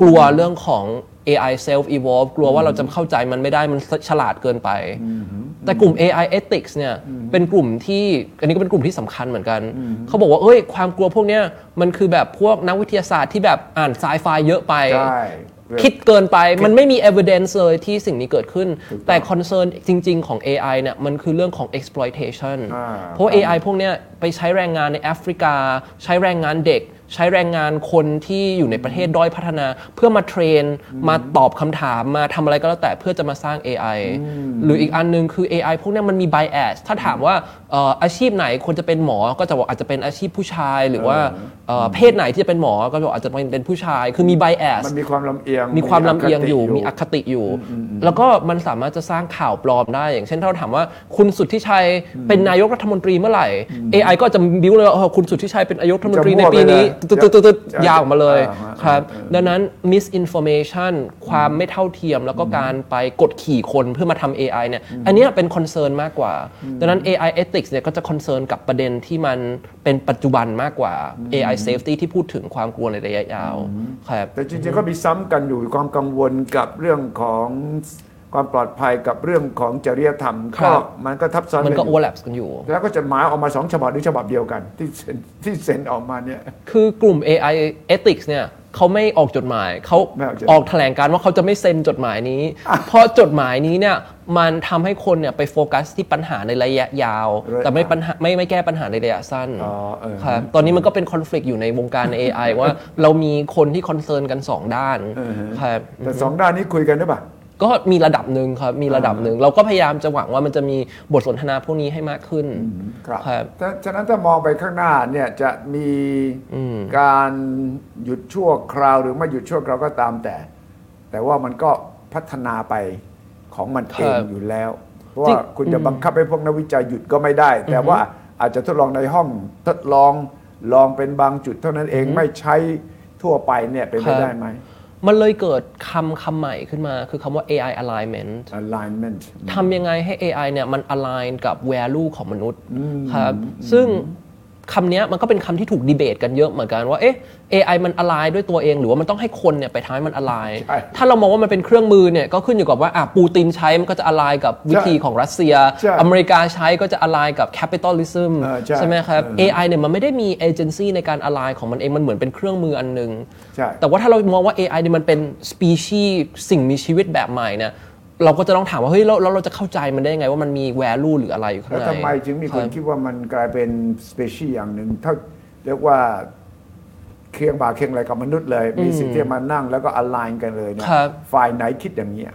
B: กลัวเรื่องของ AI self evolve กลัวว่าเราจะเข้าใจมันไม่ได้มันฉลาดเกินไป แต่กลุ่ม AI ethics เนี่ยเป็นกลุ่มที่อันนี้ก็เป็นกลุ่มที่สำคัญเหมือนกัน เขาบอกว่าเอ้ยความกลัวพวกเนี้ยมันคือแบบพวกนักวิทยาศาสตร์ที่แบบอ่านไซไฟเยอะไป
A: ใช่
B: คิดเกินไปมันไม่มี evidence เลยที่สิ่งนี้เกิดขึ้น แต่ concern จริง ๆ ของ AI เนี่ยมันคือเรื่องของ exploitation
A: อ่า
B: เพราะ AI พวกเนี้ยไปใช้แรงงานในแอฟริกา ใช้แรงงานเด็ก ใช้แรงงานคนที่อยู่ในประเทศด้อยพัฒนา เพื่อมาเทรน มาตอบคำถามมาทำอะไรก็แล้วแต่เพื่อจะมาสร้าง AI หรืออีกอันหนึงคือ AI พวกเนี้ยมันมี bias ถ้าถามว่าเอ่ออาชีพไหนควรจะเป็นหมอก็จะบอกอาจจะเป็นอาชีพผู้ชาย หรือว่าเอ่อเพศไหนที่จะเป็นหมอก็จะบอกอาจจะเป็นผู้ชายคือมี bias
A: มันมีความลำเอียง
B: มีความลำเอียงอยู่
A: คติ
B: มีอคติอยู่ แล้วก็มันสามารถจะสร้างข่าวปลอมได้ อย่างเช่นถ้าเราถามว่าคุณสุทธิชัยเป็นนายกรัฐมนตรีเมื่อไหร่ AI ก็จะบิ้วเลยว่าเออคุณสุทธิชัยเป็นนายกรัฐมนตรี
A: จะมั่ว
B: ในปีนี้
A: ไปเลย
B: ตึ๊ดตึ๊ดตึ๊ดตึ๊ด
A: จะจะ
B: ยาวออกมาเลย
A: อ่าฮะ
B: ครับ
A: เออ
B: ดังนั้น misinformation ความไม่เท่าเทียมแล้วก็การไปกดขี่คนเพื่อมาทำ AI เนี่ย อันเนี้ยเป็นคอนเซิร์นมากกว่า ดังนั้น AI ethics เนี่ยก็จะคอนเซิร์นกับประเด็นที่มันเป็นปัจจุบันมากกว่า AI safety ที่พูดถึงความกลัวในระยะยาวครับ
A: แต่จริงๆก็มีซ้ำกันอยู่ความกังวลกับเรื่องของความปลอดภัยกับเรื่องของจริยธรรม
B: ครั
A: ก็
B: บ
A: มันก็ทับซ้อน
B: มันก็
A: อยู่
B: overlap กันอยู่
A: แล้วก็จดหมายออกมาสองฉบับหรือฉบับเดียวกัน ที่เซ็นที่เซ็นออกมาเนี่ย
B: คือกลุ่ม AI ethics เนี่ยเขาไม่ออกจดหมาย เขา
A: ไม่ออกจดหมาย
B: ออกแถลงการณ์ว่าเขาจะไม่เซ็นจดหมายนี้ เพราะจดหมายนี้เนี่ยมันทำให้คนเนี่ยไปโฟกัสที่ปัญหาในระยะยาว แต่ไม่ปัญหาไม่ไม่แก้ปัญหาในระยะสั้น
A: อ๋อเออ
B: ครับตอนนี้มันก็เป็นคอน FLICT อยู่ในวงการ AI ว่าเรามีคนที่คอนเซิร์นกัน 2 ด้าน
A: อือฮะ
B: ครับ
A: แต่สองด้านนี้คุยกันหรือเปล่า
B: ก็มีระดับหนึ่งครับ มีระดับหนึ่ง เราก็พยายามจะหวังว่ามันจะมีบทสนทนาพวกนี้ให้มากขึ้น
A: ครับ
B: ครับ
A: ฉะฉะนั้นถ้ามองไปข้างหน้าเนี่ยจะมีการหยุดชั่วคราวหรือไม่หยุดชั่วคราวก็ตามแต่ แต่ว่ามันก็พัฒนาไปของมันเอง
B: ครับ
A: อยู่แล้ว เพราะ
B: จริ
A: ว่าง คุณจะบังคับให้พวกนักวิจัยหยุดก็ไม่ได้ แต่ว่าอาจจะทดลองในห้องทดลองลองเป็นบางจุดเท่านั้นเองไม่ใช้ทั่วไปเนี่ยเป็นไปได้ไหม
B: มันเลยเกิดคำคำใหม่ขึ้นมาคือคำว่า AI alignment
A: alignment
B: ทำยังไงให้ AI เนี่ยมัน align กับ value ของมนุษย์ครับซึ่งคำเนี้ยมันก็เป็นคำที่ถูกดีเบตกันเยอะเหมือนกันว่าเอ๊ะ AI มัน align ด้วยตัวเอง หรือว่ามันต้องให้คนเนี่ยไปทำให้มัน align
A: ใช่
B: ถ้าเรามองว่ามันเป็นเครื่องมือเนี่ยก็ขึ้นอยู่กับว่าอ่ะปูตินใช้มันก็จะ align กับวิธีของรัสเซีย
A: ใช่
B: อเมริกาใช้ก็จะ align กับ capitalism
A: เออใช่
B: ใช่ไหมครับ
A: เออ
B: AI เนี่ยมันไม่ได้มี agency ในการ align ของมันเองมันเหมือนเป็นเครื่องมืออันหนึง
A: ใช่
B: แต่ว่าถ้าเรามองว่า AI เนี่ยมันเป็นสปีชีสิ่งมีชีวิตแบบใหม่เนี่ยเราก็จะต้องถามว่าเฮ้ยแล้วแล้วเราจะเข้าใจมันได้ยังไงว่ามันมี value หรืออะไรอยู่ข้าง
A: แล้ว
B: ใน
A: ทำไมจึงมีคน
B: รับ
A: คิดว่ามันกลายเป็นสเปเชียอย่างหนึ่งถ้าเรียกว่าเคียงบ่าเคียงอะไรกับมนุษย์เลย มีสิทธิ์ที่จะมานั่งแล้วก็อ l i g n กันเลยเนี่ย
B: ครับ
A: ฝ่ายไหนคิดอย่างนี้ย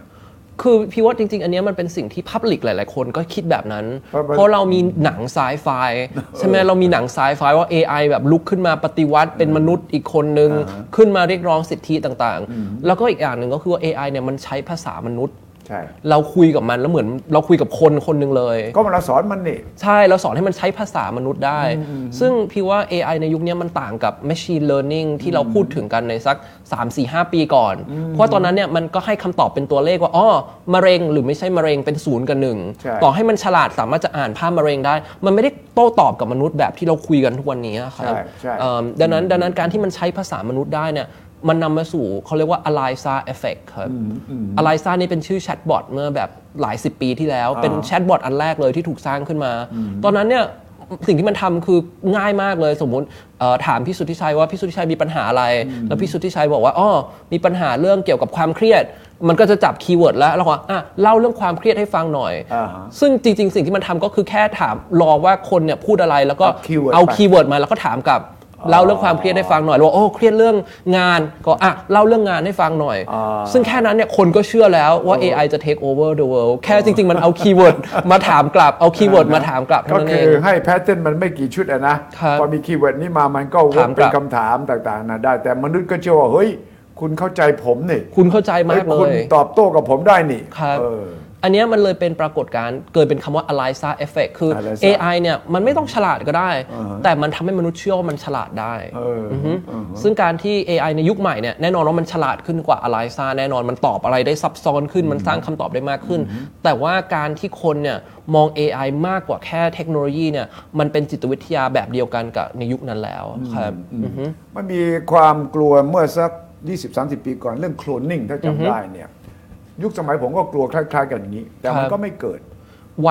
B: คือพี่ว่าจริง ๆ อันเนี้ยมันเป็นสิ่งที่พับลิกหลาย ๆ คนก็คิดแบบนั้น
A: เพราะมัน
B: เพราะเรามีหนังไซไฟใช่ไหมเรามีหนังไซไฟว่า AI แบบลุกขึ้นมาปฏิวัติเป็นมนุษย์อีกคนนึง ขึ้นมาเรียกร้องสิทธิต่างๆ แล้วก็อีกอย่างหนึ่งก็คือว่า AI เนี่ยมันใช้ภาษามนุษย์
A: ใช่
B: เราคุยกับมันแล้วเหมือนเราคุยกับคนคนหนึ่งเลย
A: ก็มาเราสอนมันนี่
B: ใช่ เราสอนให้มันใช้ภาษามนุษย์ได้ ซึ่งพี่ว่า AI ในยุคนี้มันต่างกับ Machine Learning ที่เราพูดถึงกันในสัก 3 4 5 ปีก่อน เพราะตอนนั้นเนี่ยมันก็ให้คำตอบเป็นตัวเลขว่าอ๋อมะเร็งหรือไม่ใช่มะเร็งเป็นศูนย์กับหนึ่ง
A: ใช่
B: ต่อให้มันฉลาดสามารถจะอ่านภาพมะเร็งได้ มันไม่ได้โต้ตอบกับมนุษย์แบบที่เราคุยกันทุกวันนี้ครับ ครับ
A: ใช่ใช่
B: เอิ่มดังนั้นดังนั้นการที่มันใช้ภาษามนุษย์ได้เนี่ยมันนำมาสู่เขาเรียกว่า Eliza effect ครับ Eliza นี่เป็นชื่อแชทบอทเมื่อแบบหลายสิบปีที่แล้ว เป็นแชทบอทอันแรกเลยที่ถูกสร้างขึ้นมา ตอนนั้นเนี่ยสิ่งที่มันทำคือง่ายมากเลยสมมุติเอ่อถามพี่สุทธิชัยว่าพี่สุทธิชัยมีปัญหาอะไร แล้วพี่สุทธิชัยบอกว่าอ๋อมีปัญหาเรื่องเกี่ยวกับความเครียด มันก็จะจับคีย์เวิร์ดแล้วแล้วก็อ่ะเล่าเรื่องความเครียดให้ฟังหน่อย
A: อ่าฮะ
B: ซึ่งจริง ๆ สิ่งที่มันทำก็คือแค่ถามรอว่าคนเนี่ยพูดอะไรแล้วก็
A: เอา keyword
B: เอา
A: ไป
B: คีย์เวิร์ดมาแล้วก็ถามกลับ เล่าเรื่องความเครียดให้ฟังหน่อยหรือว่าโอ้เครียดเรื่องงานก็อ่ะเล่าเรื่องงานให้ฟังหน่อย
A: อ่า
B: ซึ่งแค่นั้นเนี่ยคนก็เชื่อแล้วว่า AI จะ take over the world แค่จริง ๆ มันเอาคีย์เวิร์ด
A: [laughs]
B: มาถามกลับเอาคีย์เวิร์ดมาถามกลับเท่า
A: ก็
B: นั้นเอ
A: คื
B: ง
A: อให้แพทเทิร์นมันไม่กี่ชุดอะนะครับพอมีคีย์เวิร์ดนี้มามันก็ว
B: ถาก มกลับ
A: เป็นคำถามต่างๆนะได้ แต่มนุษย์ก็เชื่อว่าเฮ้ย คุณเข้าใจผมนี่
B: คุณเข้าใจมากเล
A: คุณ
B: ย
A: ตอบโต้กับผมได้นี่
B: ครับ
A: เออ
B: อันเนี้ยมันเลยเป็นปรากฏการณ์เกิดเป็นคำว่า Eliza effect คือ
A: Eliza
B: AI เนี่ยมันไม่ต้องฉลาดก็ได้
A: อ่าฮะ
B: แต่มันทำให้มนุษย์เชื่อว่ามันฉลาดได้
A: เอออ
B: อือฮึซึ่งการที่ AI ในยุคใหม่เนี่ยแน่นอนว่ามันฉลาดขึ้นกว่า Eliza แน่นอนมันตอบอะไรได้ซับซ้อนขึ้นมันสร้างคำตอบได้มากขึ้น แต่ว่าการที่คนเนี่ยมอง AI มากกว่าแค่เทคโนโลยีเนี่ยมันเป็นจิตวิทยาแบบเดียวกันกับในยุคนั้นแล้วครับอือฮึ
A: มันมีความกลัวเมื่อสัก 20-30 ปีก่อนเรื่องโคลนนิ่งถ้าจำได้เนี่ย ยุคสมัยผมก็กลัวคล้าย ๆ กันอย่างนี้ แต่มัน
B: ครับ
A: ก็ไม่เกิด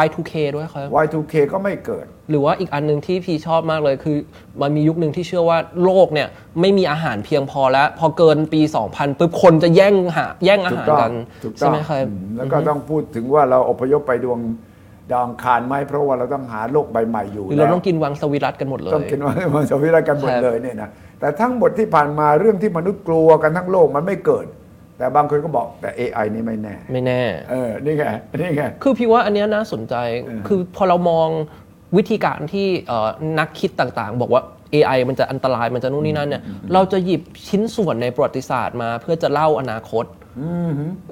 B: Y2K ด้วยครับ
A: Y2K ก็ไม่เกิด
B: หรือว่าอีกอันหนึ่งที่พี่ชอบมากเลยคือ มันมียุคหนึ่งที่เชื่อว่าโลกเนี่ยไม่มีอาหารเพียงพอแล้ว พอเกินปี 2000ปุ๊บคนจะแย่งหาแย่งอา
A: ถูก
B: หาร
A: ต้อง
B: กัน
A: ถูกต้
B: ใช่
A: อง
B: ไหมครับ
A: อืมแล้วก็ต้องพูดถึงว่าเราอพยพไปดวงดาวอังคารไหมเพราะว่าเราต้องหาโลกใบใหม่อยู่
B: หรือเรา
A: แล้ว
B: ต้องกินวังสวิรัตกันหมดเลย
A: ต้องกินว่ามันจะวิรกันหมด
B: ครับ
A: เลยเนี่ยนะแต่ทั้งหมดที่ผ่านมาเรื่องที่มนุษย์กลัวกันทั้งโลกมันไม่เกิด แต่บางคนก็บอกแต่ AI นี่ไม่แน่
B: ไม่แน่
A: เออนี่ไงนี่ไง
B: คือพี่ว่าอันเนี้ยน่าสนใจ คือพอเรามองวิธีการที่เอ่อนักคิดต่างๆ บอกว่า AI มันจะอันตรายมันจะนู่นนี่นั่นเนี่ย เราจะหยิบชิ้นส่วนในประวัติศาสตร์มาเพื่อจะเล่าอนาคต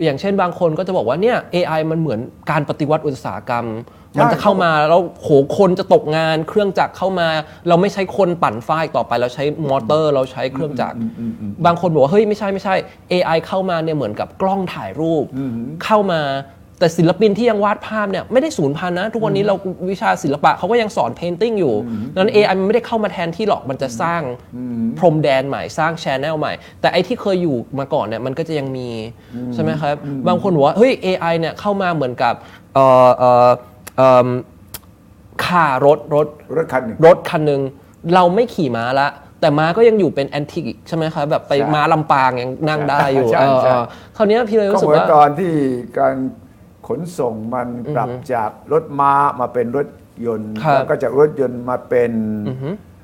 B: อย่างเช่นบางคนก็จะบอกว่าเนี่ย AI มันเหมือนการปฏิวัติอุตสาหกรรม
A: ใช่
B: มันจะเข้ามาแล้วโหคนจะตกงาน เครื่องจักรเข้ามา เราไม่ใช้คนปั่นฝ้ายต่อไปเราใช้มอเตอร์ เราใช้เครื่องจักร บางคนบอกว่าเฮ้ยไม่ใช่ไม่ใช่ AI เข้ามาเนี่ยเหมือนกับกล้องถ่ายรูปเข้ามา แต่ศิลปินที่ยังวาดภาพเนี่ยไม่ได้สูญพันธุ์นะ ทุกวันนี้เราวิชาศิลปะเขาก็ยังสอนเพนติ้งอยู่ดังนั้น AI มันไม่ได้เข้ามาแทนที่หรอกมันจะสร้างพรมแดนใหม่สร้างชแนลใหม่ แต่ไอที่เคยอยู่มาก่อนเนี่ยมันก็จะยังมีใช่ไหมครับ บางคนบอกว่าเฮ้ย AI เนี่ยเข้ามาเหมือนกับเอ่อเอ่อเอิ่มข่ารถรถ
A: รถคันหนึ่ง
B: รถคันหนึ่งเราไม่ขี่ม้าละ แต่ม้าก็ยังอยู่เป็นแอนติกใช่ไหมครับแบบไป
A: ใช่
B: ม้าลำปางยังนั่งได้อยู่
A: ใช่
B: เออ
A: ใช่
B: เออคราวเนี้ยพี่เลย
A: ก็
B: รู้สึ
A: เห
B: ก
A: มือน
B: ว่า
A: ตอนที่การขนส่งมันปรับจากรถม้ามาเป็นรถยนต์
B: ครับ
A: แล้วก็จากรถยนต์มาเป็น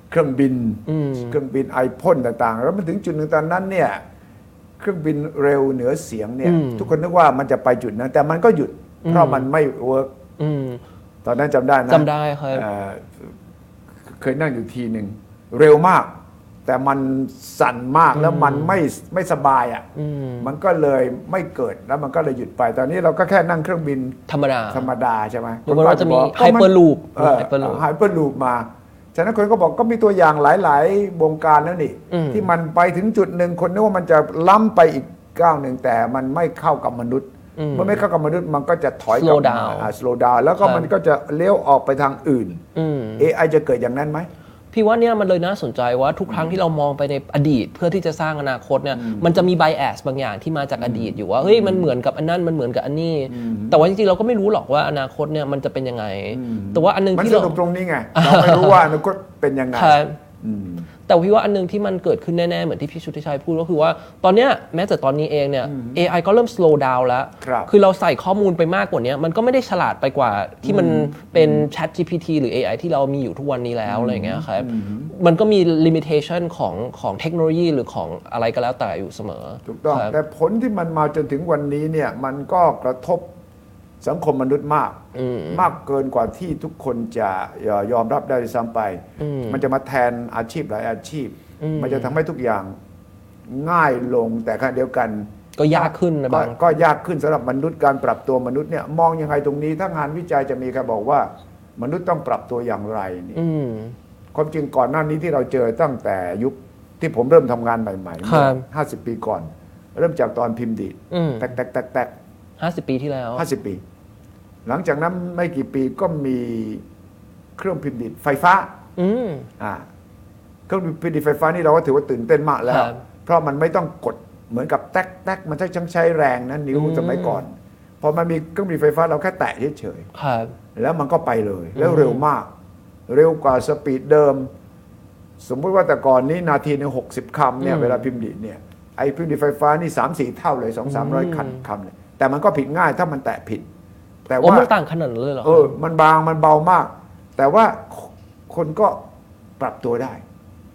A: เครื่องบิน เครื่องบินไอพ่นต่างๆ แล้วมันถึงจุดหนึ่งตอนนั้นเนี่ยเครื่องบินเร็วเหนือเสียงเนี่ยทุกคนนึกว่ามันจะไปจุดนั้น แต่มันก็หยุด เพราะมันไม่เวิร์ก
B: อืม
A: ตอนนั้นจำได้นะ
B: จำได้ครับ
A: เอ่อเคยนั่งอยู่ทีหนึ่งเร็วมาก แต่มันสั่นมากแล้วมันไม่ไม่สบายอ่ะ
B: อืม
A: มันก็เลยไม่เกิดแล้วมันก็เลยหยุดไป ตอนนี้เราก็แค่นั่งเครื่องบิน
B: ธรรมดา
A: ธรรมดาใช่ไหม
B: หรือว่าจะมี
A: บกก็น
B: Hyperloop
A: เออ
B: Hyperloop
A: ไฮเปอร์ลูปมา ฉะนั้นคนก็บอกก็มีตัวอย่างหลาย ๆ วงการแล้วนี่
B: อืม
A: ที่มันไปถึงจุดหนึ่งคนนึกว่ามันจะล้ำไปอีกก้าวหนึ่งแต่มันไม่เข้ากับมนุษย์เมื่อไม่เข้ากับมนุษย์มันก็จะถอยกลั
B: Slow
A: มา
B: down
A: สโลดาวแล้วก็มันก็จะเลี้ยวออกไปทางอื่น
B: อืม
A: AI จะเกิดอย่างนั้นไหม
B: พี่ว่าเนี่ยมันเลยน่าสนใจว่าทุกครั้งที่เรามองไปในอดีต เพื่อที่จะสร้างอนาคตเนี่ยมันจะมีไบแอสบางอย่างที่มาจากอดีตอยู่ว่าเฮ้ยมันเหมือนกับอันนั้นมันเหมือนกับอันนี้ แต่ว่าจริงๆเราก็ไม่รู้หรอกว่าอนาคตเนี่ยมันจะเป็นยังไง แต่ว่าอันหนึง
A: มัน
B: ที่
A: ส
B: เรา
A: นุกตรงนี้ไงเราไม่รู้ว่าอนาคตเป็นยังไง
B: ครับ
A: อืม
B: แต่พี่ว่าอันหนึงที่มันเกิดขึ้นแน่ ๆ เหมือนที่พี่ชุติชัยพูดก็คือว่าตอนเนี้ยแม้แต่ตอนนี้เองเนี่ย AI ก็เริ่ม slow down แล้ว
A: ครับ
B: อเราใส่ข้อมูลไปมากกว่าเนี้ยมันก็ไม่ได้ฉลาดไปกว่าที่มันเป็น Chat GPT หรือ AI ที่เรามีอยู่ทุกวันนี้แล้วอะไรอย่างเงี้ยครับมันก็มี limitation ของของเทคโนโลยีหรือของอะไรก็แล้วแต่อยู่เสมอ
A: ถูกต้อง
B: ครับ
A: แต่ผลที่มันมาจนถึงวันนี้เนี่ยมันก็กระทบสังคมมนุษย์มาก มากเกินกว่าที่ทุกคนจะยอยอมรับได้ด้วยซ้ำไป มันจะมาแทนอาชีพหลายอาชีพ มันจะทำให้ทุกอย่างง่ายลงแต่ขณะเดียวกัน
B: ก็ยากขึ้นนะ
A: ก็
B: บาง
A: ก็ยากขึ้นสำหรับมนุษย์การปรับตัวมนุษย์เนี่ยมองยังไงตรงนี้ ถ้างานวิจัยจะมีใครบอกว่า มนุษย์ต้องปรับตัวอย่างไรเนี่ย
B: อืม
A: ความจริงก่อนหน้านี้ที่เราเจอตั้งแต่ยุคที่ผมเริ่มทำงานใหม่ๆ
B: ครั
A: เมื่อบ 50 ปีก่อน เริ่มจากตอนพิมพ์ดีด
B: อืม
A: แตกแตกแตกแตก
B: ห้าสิบปีที่แล้ว
A: ห้าสิบปี หลังจากนั้นไม่กี่ปีก็มีเครื่องพิมพ์ดีดไฟฟ้า
B: อืม
A: อ่าเครื่องพิมพ์ดีดไฟฟ้านี่เราก็ถือว่าตื่นเต้นมากแล้ว
B: ครับ
A: เพราะมันไม่ต้องกดเหมือนกับแตกแตกมันใช้ใช้แรงนะนิ้วสมัยก่อนพอมันมีเครื่องพิมพ์ไฟฟ้าเราแค่แตะเฉยๆ
B: ครับ
A: แล้วมันก็ไปเลย แล้วเร็วมาก เร็วกว่าสปีดเดิม สมมุติว่าแต่ก่อนนี้นาทีหนึ่งหกสิบคำเนี่ย
B: อืม
A: เวลาพิมพ์ดีดเนี่ยไอ้พิมพ์ดีดไฟฟ้านี่สามสี่เท่าเลยสองสามร้อย
B: อืม
A: คันคำเลยแต่มันก็ผิดง่ายถ้ามันแตะผิด แต่
B: โอ้
A: ว่า
B: มันต่างขนาดนั้นเลยเหรอ
A: เออมันบางมันเบามาก แต่ว่าคนก็ปรับตัวได้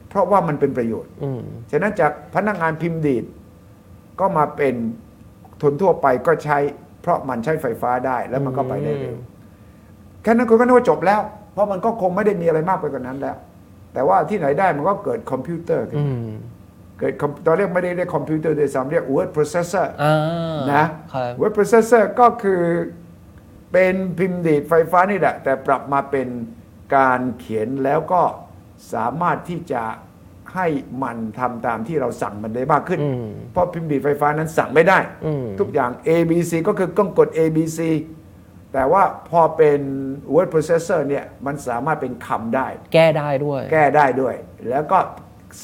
A: เพราะว่ามันเป็นประโยชน์
B: อืม
A: ฉะนั้นจากพนักงานพิมพ์ดีดก็มาเป็นทนทั่วไปก็ใช้ เพราะมันใช้ไฟฟ้าได้แล้วมันก็ไปได้เร็ว
B: อืม
A: แค่นั้นคนก็นึกว่าจบแล้ว เพราะมันก็คงไม่ได้มีอะไรมากไปกว่านั้นแล้ว แต่ว่าที่ไหนได้มันก็เกิดคอมพิวเตอร์ขึ้น
B: อื
A: มามเกิดคอมตอนเรียกไม่ได้เรียกคอมพิวเตอร์โดวยซ้ำเรียก word processor
B: อ่า
A: นะ
B: ครับ
A: word processor ก็คือเป็นพิมพ์ดีดไฟฟ้านี่แหละ แต่ปรับมาเป็นการเขียนแล้วก็สามารถที่จะให้มันทำตามที่เราสั่งมันได้มากขึ้น
B: อืม
A: เพราะพิมพ์ดีดไฟฟ้านั้นสั่งไม่ได้
B: อืม
A: ทุกอย่าง A B C ก็คือต้องกด A B C แต่ว่าพอเป็น word processor เนี่ยมันสามารถเป็นคำได้
B: แก้ได้ด้วย
A: แก้ได้ด้วย แล้วก็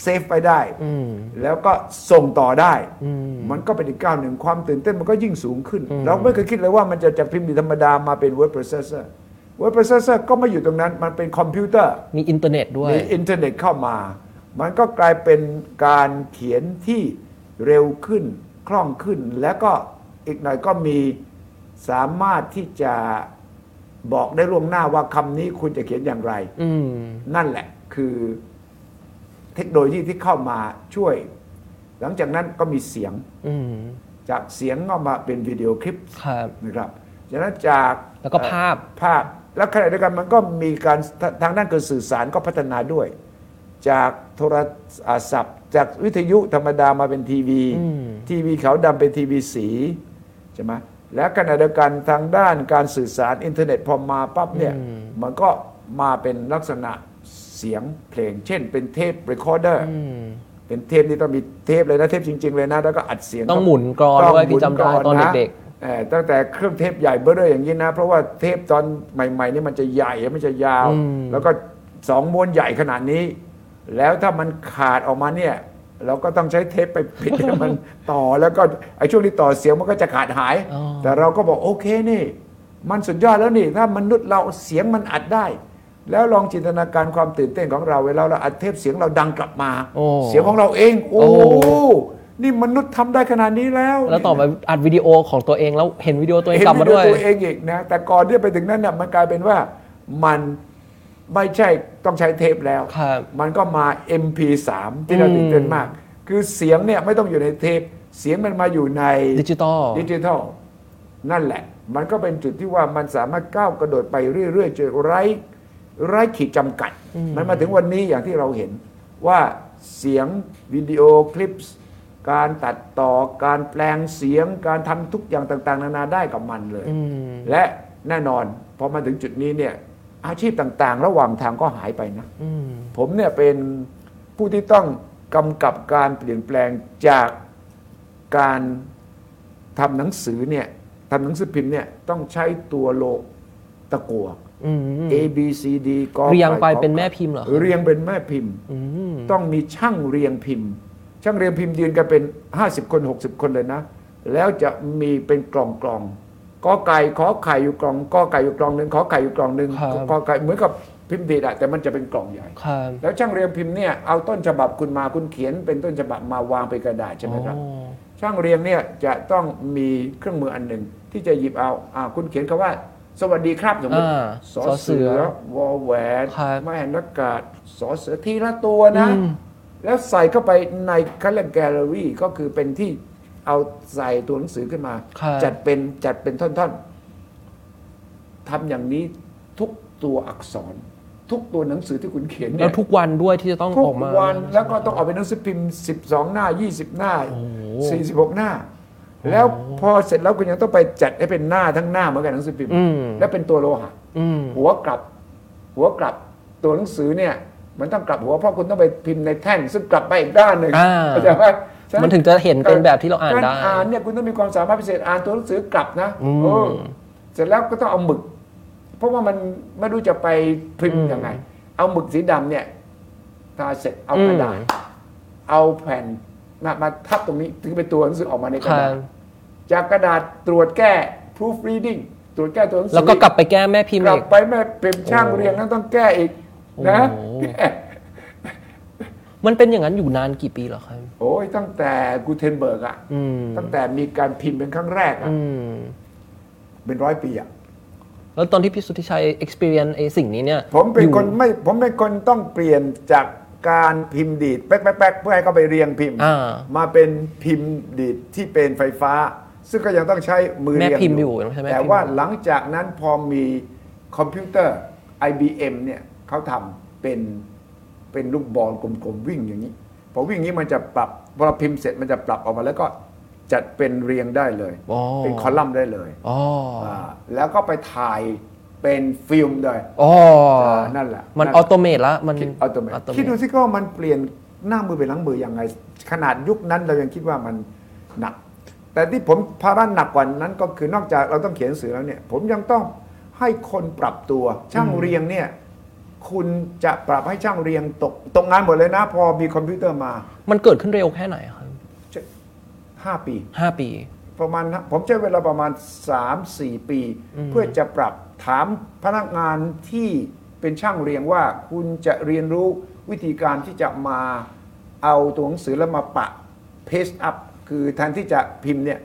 A: เซฟไปได้
B: อืม
A: แล้วก็ส่งต่อได้
B: อืม
A: มันก็เป็นอีกก้าวหนึ่งความตื่นเต้นมันก็ยิ่งสูงขึ้น เราไม่เคยคิดเลยว่ามันจะจากพิมพ์ดีดธรรมดามาเป็น word processor word processor ก็ไม่อยู่ตรงนั้น มันเป็นคอมพิวเตอร์
B: มีอินเทอร์เน็ตด้วย
A: มีอินเทอร์เน็ตเข้ามา มันก็กลายเป็นการเขียนที่เร็วขึ้น คล่องขึ้น แล้วก็อีกหน่อยก็มีสามารถที่จะบอกได้ล่วงหน้าว่าคำนี้คุณจะเขียนอย่างไร
B: อืม
A: นั่นแหละคือเทคโนโลยีที่เข้ามาช่วย หลังจากนั้นก็มีเสียง
B: อืม
A: จากเสียงก็มาเป็นวิดีโอคลิป
B: ครับ
A: นะครับฉะนั้นจาก
B: แล้วก็ภาพ
A: เอ่อภาพ แล้วขณะเดียวกันมันก็มีการทางทางด้านการสื่อสารก็พัฒนาด้วย จากโทรศัพท์ จากวิทยุธรรมดามาเป็นทีวี
B: อืม
A: ทีวีขาวดำเป็นทีวีสีใช่ไหมและขณะเดียวกันทางด้านการสื่อสารอินเทอร์เน็ตพอมาปั๊บเนี่ยมันก็มาเป็นลักษณะเสียงเพลง เช่นเป็นเทปเรคคอร์เดอร์
B: อืม
A: เป็นเทปนี่ต้องมีเทปเลยนะเทปจริง ๆ เลยนะแล้วก็อัดเสียง
B: ต้องหมุนกรอนด้วยพี่จำได้ตอนเด็ก
A: ๆตั้งแต่เครื่องเทปใหญ่เบ้อเร่ออย่างนี้นะ เพราะว่าเทปตอนใหม่ๆนี่มันจะใหญ่มันจะยาว
B: อืม
A: แล้วก็สองม้วนใหญ่ขนาดนี้ แล้วถ้ามันขาดออกมาเนี่ย เราก็ต้องใช้เทปไปปิด [laughs] ให้มันต่อแล้วก็ไอ้ช่วงที่ต่อเสียงมันก็จะขาดหาย
B: อ๋อ
A: แต่เราก็บอกโอเคนี่ มันสุดยอดแล้วนี่ ถ้ามนุษย์เราเสียงมันอัดได้ แล้วลองจินตนาการความตื่นเต้นของเราเวลาเราอัดเทปเสียงเราดังกลับมา
B: โอ้
A: เสียงของเราเองโอ้
B: โอ้
A: นี่มนุษย์ทำได้ขนาดนี้แล้ว
B: ๆ แล้วต่อไปอัดวิดีโอของตัวเองแล้วเห็นวิดีโอตัวเองกลับมาด้วย
A: เห็นวิโตัวเองอีกนะ แต่ก่อนที่จะไปถึงนั้นน่ะมันกลายเป็นว่ามันไม่ใช่ต้องใช้เทปแล้ว
B: ครับ
A: มันก็มา MP3 ที่เรา
B: อืม
A: ตื่นเต้นมาก คือเสียงเนี่ยไม่ต้องอยู่ในเทป เสียงมันมาอยู่ใน
B: ดิจิตอล
A: ดิจิทัลนั่นแหละ มันก็เป็นจุดที่ว่ามันสามารถก้าวกระโดดไปเรื่อยๆจนไร้ไร้ขีดจำกัด มันมาถึงวันนี้อย่างที่เราเห็นว่าเสียงวิดีโอคลิป การตัดต่อการแปลงเสียงการทำทุกอย่างต่าง ๆ นานาได้กับมันเลย
B: อืม
A: และแน่นอนพอมาถึงจุดนี้เนี่ยอาชีพต่างๆ ระหว่างทางก็หายไปนะ
B: อืม
A: ผมเนี่ยเป็นผู้ที่ต้องกำกับการเปลี่ยนแปลงจากการทำหนังสือเนี่ยทำหนังสือพิมพ์เนี่ยต้องใช้ตัวโลตะกัว
B: อืม
A: A B C D กอ
B: เรียงไป
A: ขอ
B: เป็นแม่พิมพ์เหรอ
A: เรียงเป็นแม่พิมพ์
B: อืม
A: ต้องมีช่างเรียงพิมพ์ ช่างเรียงพิมพ์ยืนกันเป็น 50 คน 60 คนเลยนะ แล้วจะมีเป็นกล่องกล่องกอไก่ขอไข่อยู่กล่องกอไก่อยู่กล่องหนึ่งขอไข่อยู่กล่องหนึ่ง
B: ครับ
A: กอไก่เหมือนกับพิมพ์ดีดอะแต่มันจะเป็นกล่องใหญ่
B: ครับ
A: แล้วช่างเรียงพิมพ์เนี่ยเอาต้นฉบับคุณมาคุณเขียนเป็นต้นฉบับมาวางเป็นกระดาษใช่ไหมครับ
B: อ๋อ
A: ช่างเรียงเนี่ยจะต้องมีเครื่องมืออันหนึ่งที่จะหยิบเอาอ่าคุณเขียนคำว่า สวัสดีครับสมมติ
B: อ่า
A: สอ
B: สอเสื
A: เสื
B: อ
A: อวอแหวน
B: ครับ
A: แม่นกกาศสอเสือทีละตัวนะ
B: อืม
A: แล้วใส่เข้าไปในคัลเลอร์แกลเลอรี่ก็คือเป็นที่เอาใส่ตัวหนังสือขึ้นมา
B: ครับ
A: จัดเป็นจัดเป็นท่อนๆทำอย่างนี้ทุกตัวอักษร ทุกตัวหนังสือที่คุณเขียน
B: แล้
A: เนี่
B: วย ทุกวันด้วยที่จะต้อง
A: ทุ
B: ออก กมา
A: วันแล้วก็ต้องออกเป็นหนังสือพิมพ์ 12 หน้า 20 หน้า 46 หน้า แล้วพอเสร็จแล้วคุณยังต้องไปจัดให้เป็นหน้าทั้งหน้าเหมือนกันหนังสือพิมพ์
B: อืม
A: และเป็นตัวโลหะ
B: อืม
A: หัวกลับ หัวกลับตัวหนังสือเนี่ย มันต้องกลับหัวเพราะคุณต้องไปพิมพ์ในแท่ง ซึ่งกลับไปอีกด้านหนึ่ง
B: อ่า
A: เข้าใจไหมฉ
B: มันถึงจะเห็นเป็นแบบที่เราอ่านได้
A: กรอ่านเนี่ยคุณต้องมีความสามารถพิเศษอ่านตัวหนังสือกลับนะ
B: อืม
A: เออเสร็จแล้วก็ต้องเอาหมึก เพราะว่ามันไม่รู้จะไปพิมพ์ยังไง เอาหมึกสีดำเนี่ยทาเสร็จเอากระดาษ เอาแผ่นมามาทับตรงนี้ถึงเป็นตัวหนังสือออกมาในก
B: ค
A: ระ
B: รั
A: ดา
B: บ
A: ษ จากกระดาษตรวจแก้ proof reading ตรวจแก้ตัวหนังสือ
B: แล้วก็กลับไปแก้แม่พิมพ์
A: กลั
B: อี
A: บ
B: ก
A: ไปแม่เป็นช่าง
B: โอ้
A: เรียงนั้นต้องแก้อีกนะ
B: โอ้
A: แก้
B: มันเป็นอย่างนั้นอยู่นานกี่ปีเหรอครับ
A: โอ้ยตั้งแต่กูเทนเบิร์กอะ
B: อืม
A: ตั้งแต่มีการพิมพ์เป็นครั้งแรกอะ
B: อืม
A: เป็นร้อยปีอะ
B: แล้วตอนที่พี่สุทธิชัย experience ไอ้สิ่งนี้เนี่ย
A: ผมเป็น
B: อยู่
A: คนไม่ผมเป็นคนต้องเปลี่ยนจาก การพิมพ์ดีดแป๊กแป๊กแป๊กเพื่อให้เขาไปเรียงพิมพ์
B: อ่า
A: มาเป็นพิมพ์ดีดที่เป็นไฟฟ้า ซึ่งก็ยังต้องใช้มือ
B: แม่
A: เรียง
B: พิมพ์อยู่ใช่ไหมแม่พิมพ์
A: แต่ว่าหลังจากนั้นพอมีคอมพิวเตอร์ IBM เนี่ยเขาทำเป็นเป็นลูกบอลกลมๆวิ่งอย่างนี้พอวิ่งอย่างนี้มันจะปรับพอเราพิมพ์เสร็จมันจะปรับออกมาแล้วก็จัดเป็นเรียงได้เลย
B: อ๋อ
A: เป็นคอลัมน์ได้เลย
B: อ๋อา
A: แล้วก็ไปถ่ายเป็นฟิล์มเลย
B: อ๋อ
A: นั่นแหละ
B: มัน
A: นั่นแห
B: อ
A: ละ
B: อโตเมตละมัน
A: คิดเอาตัวเอง
B: อัตโนมัติ
A: คิดดูสิก็ว่ามันเปลี่ยนหน้ามือเป็นหลังมือยังไง ขนาดยุคนั้นเรายังคิดว่ามันหนัก แต่ที่ผมภาระหนักกว่านั้นก็คือนอกจากเราต้องเขียนหนังสือแล้วเนี่ย ผมยังต้องให้คนปรับตัว ช่างเรียงเนี่ย คุณจะปรับให้ช่างเรียงตกตรงงานหมดเลยนะ พอมีคอมพิวเตอร์มา
B: มันเกิดขึ้นเร็วแค่ไหนครับ
A: 5 ปี
B: ห้าปี
A: ประมาณนะผมใช้เวลาประมาณ 3-4 ปี เพื่อจะปรับถามพนักงานที่เป็นช่างเรียงว่าคุณจะเรียนรู้วิธีการที่จะมาเอาตัวหนังสือแล้วมาปะ paste up คือแทนที่จะพิมพ์เนี่ย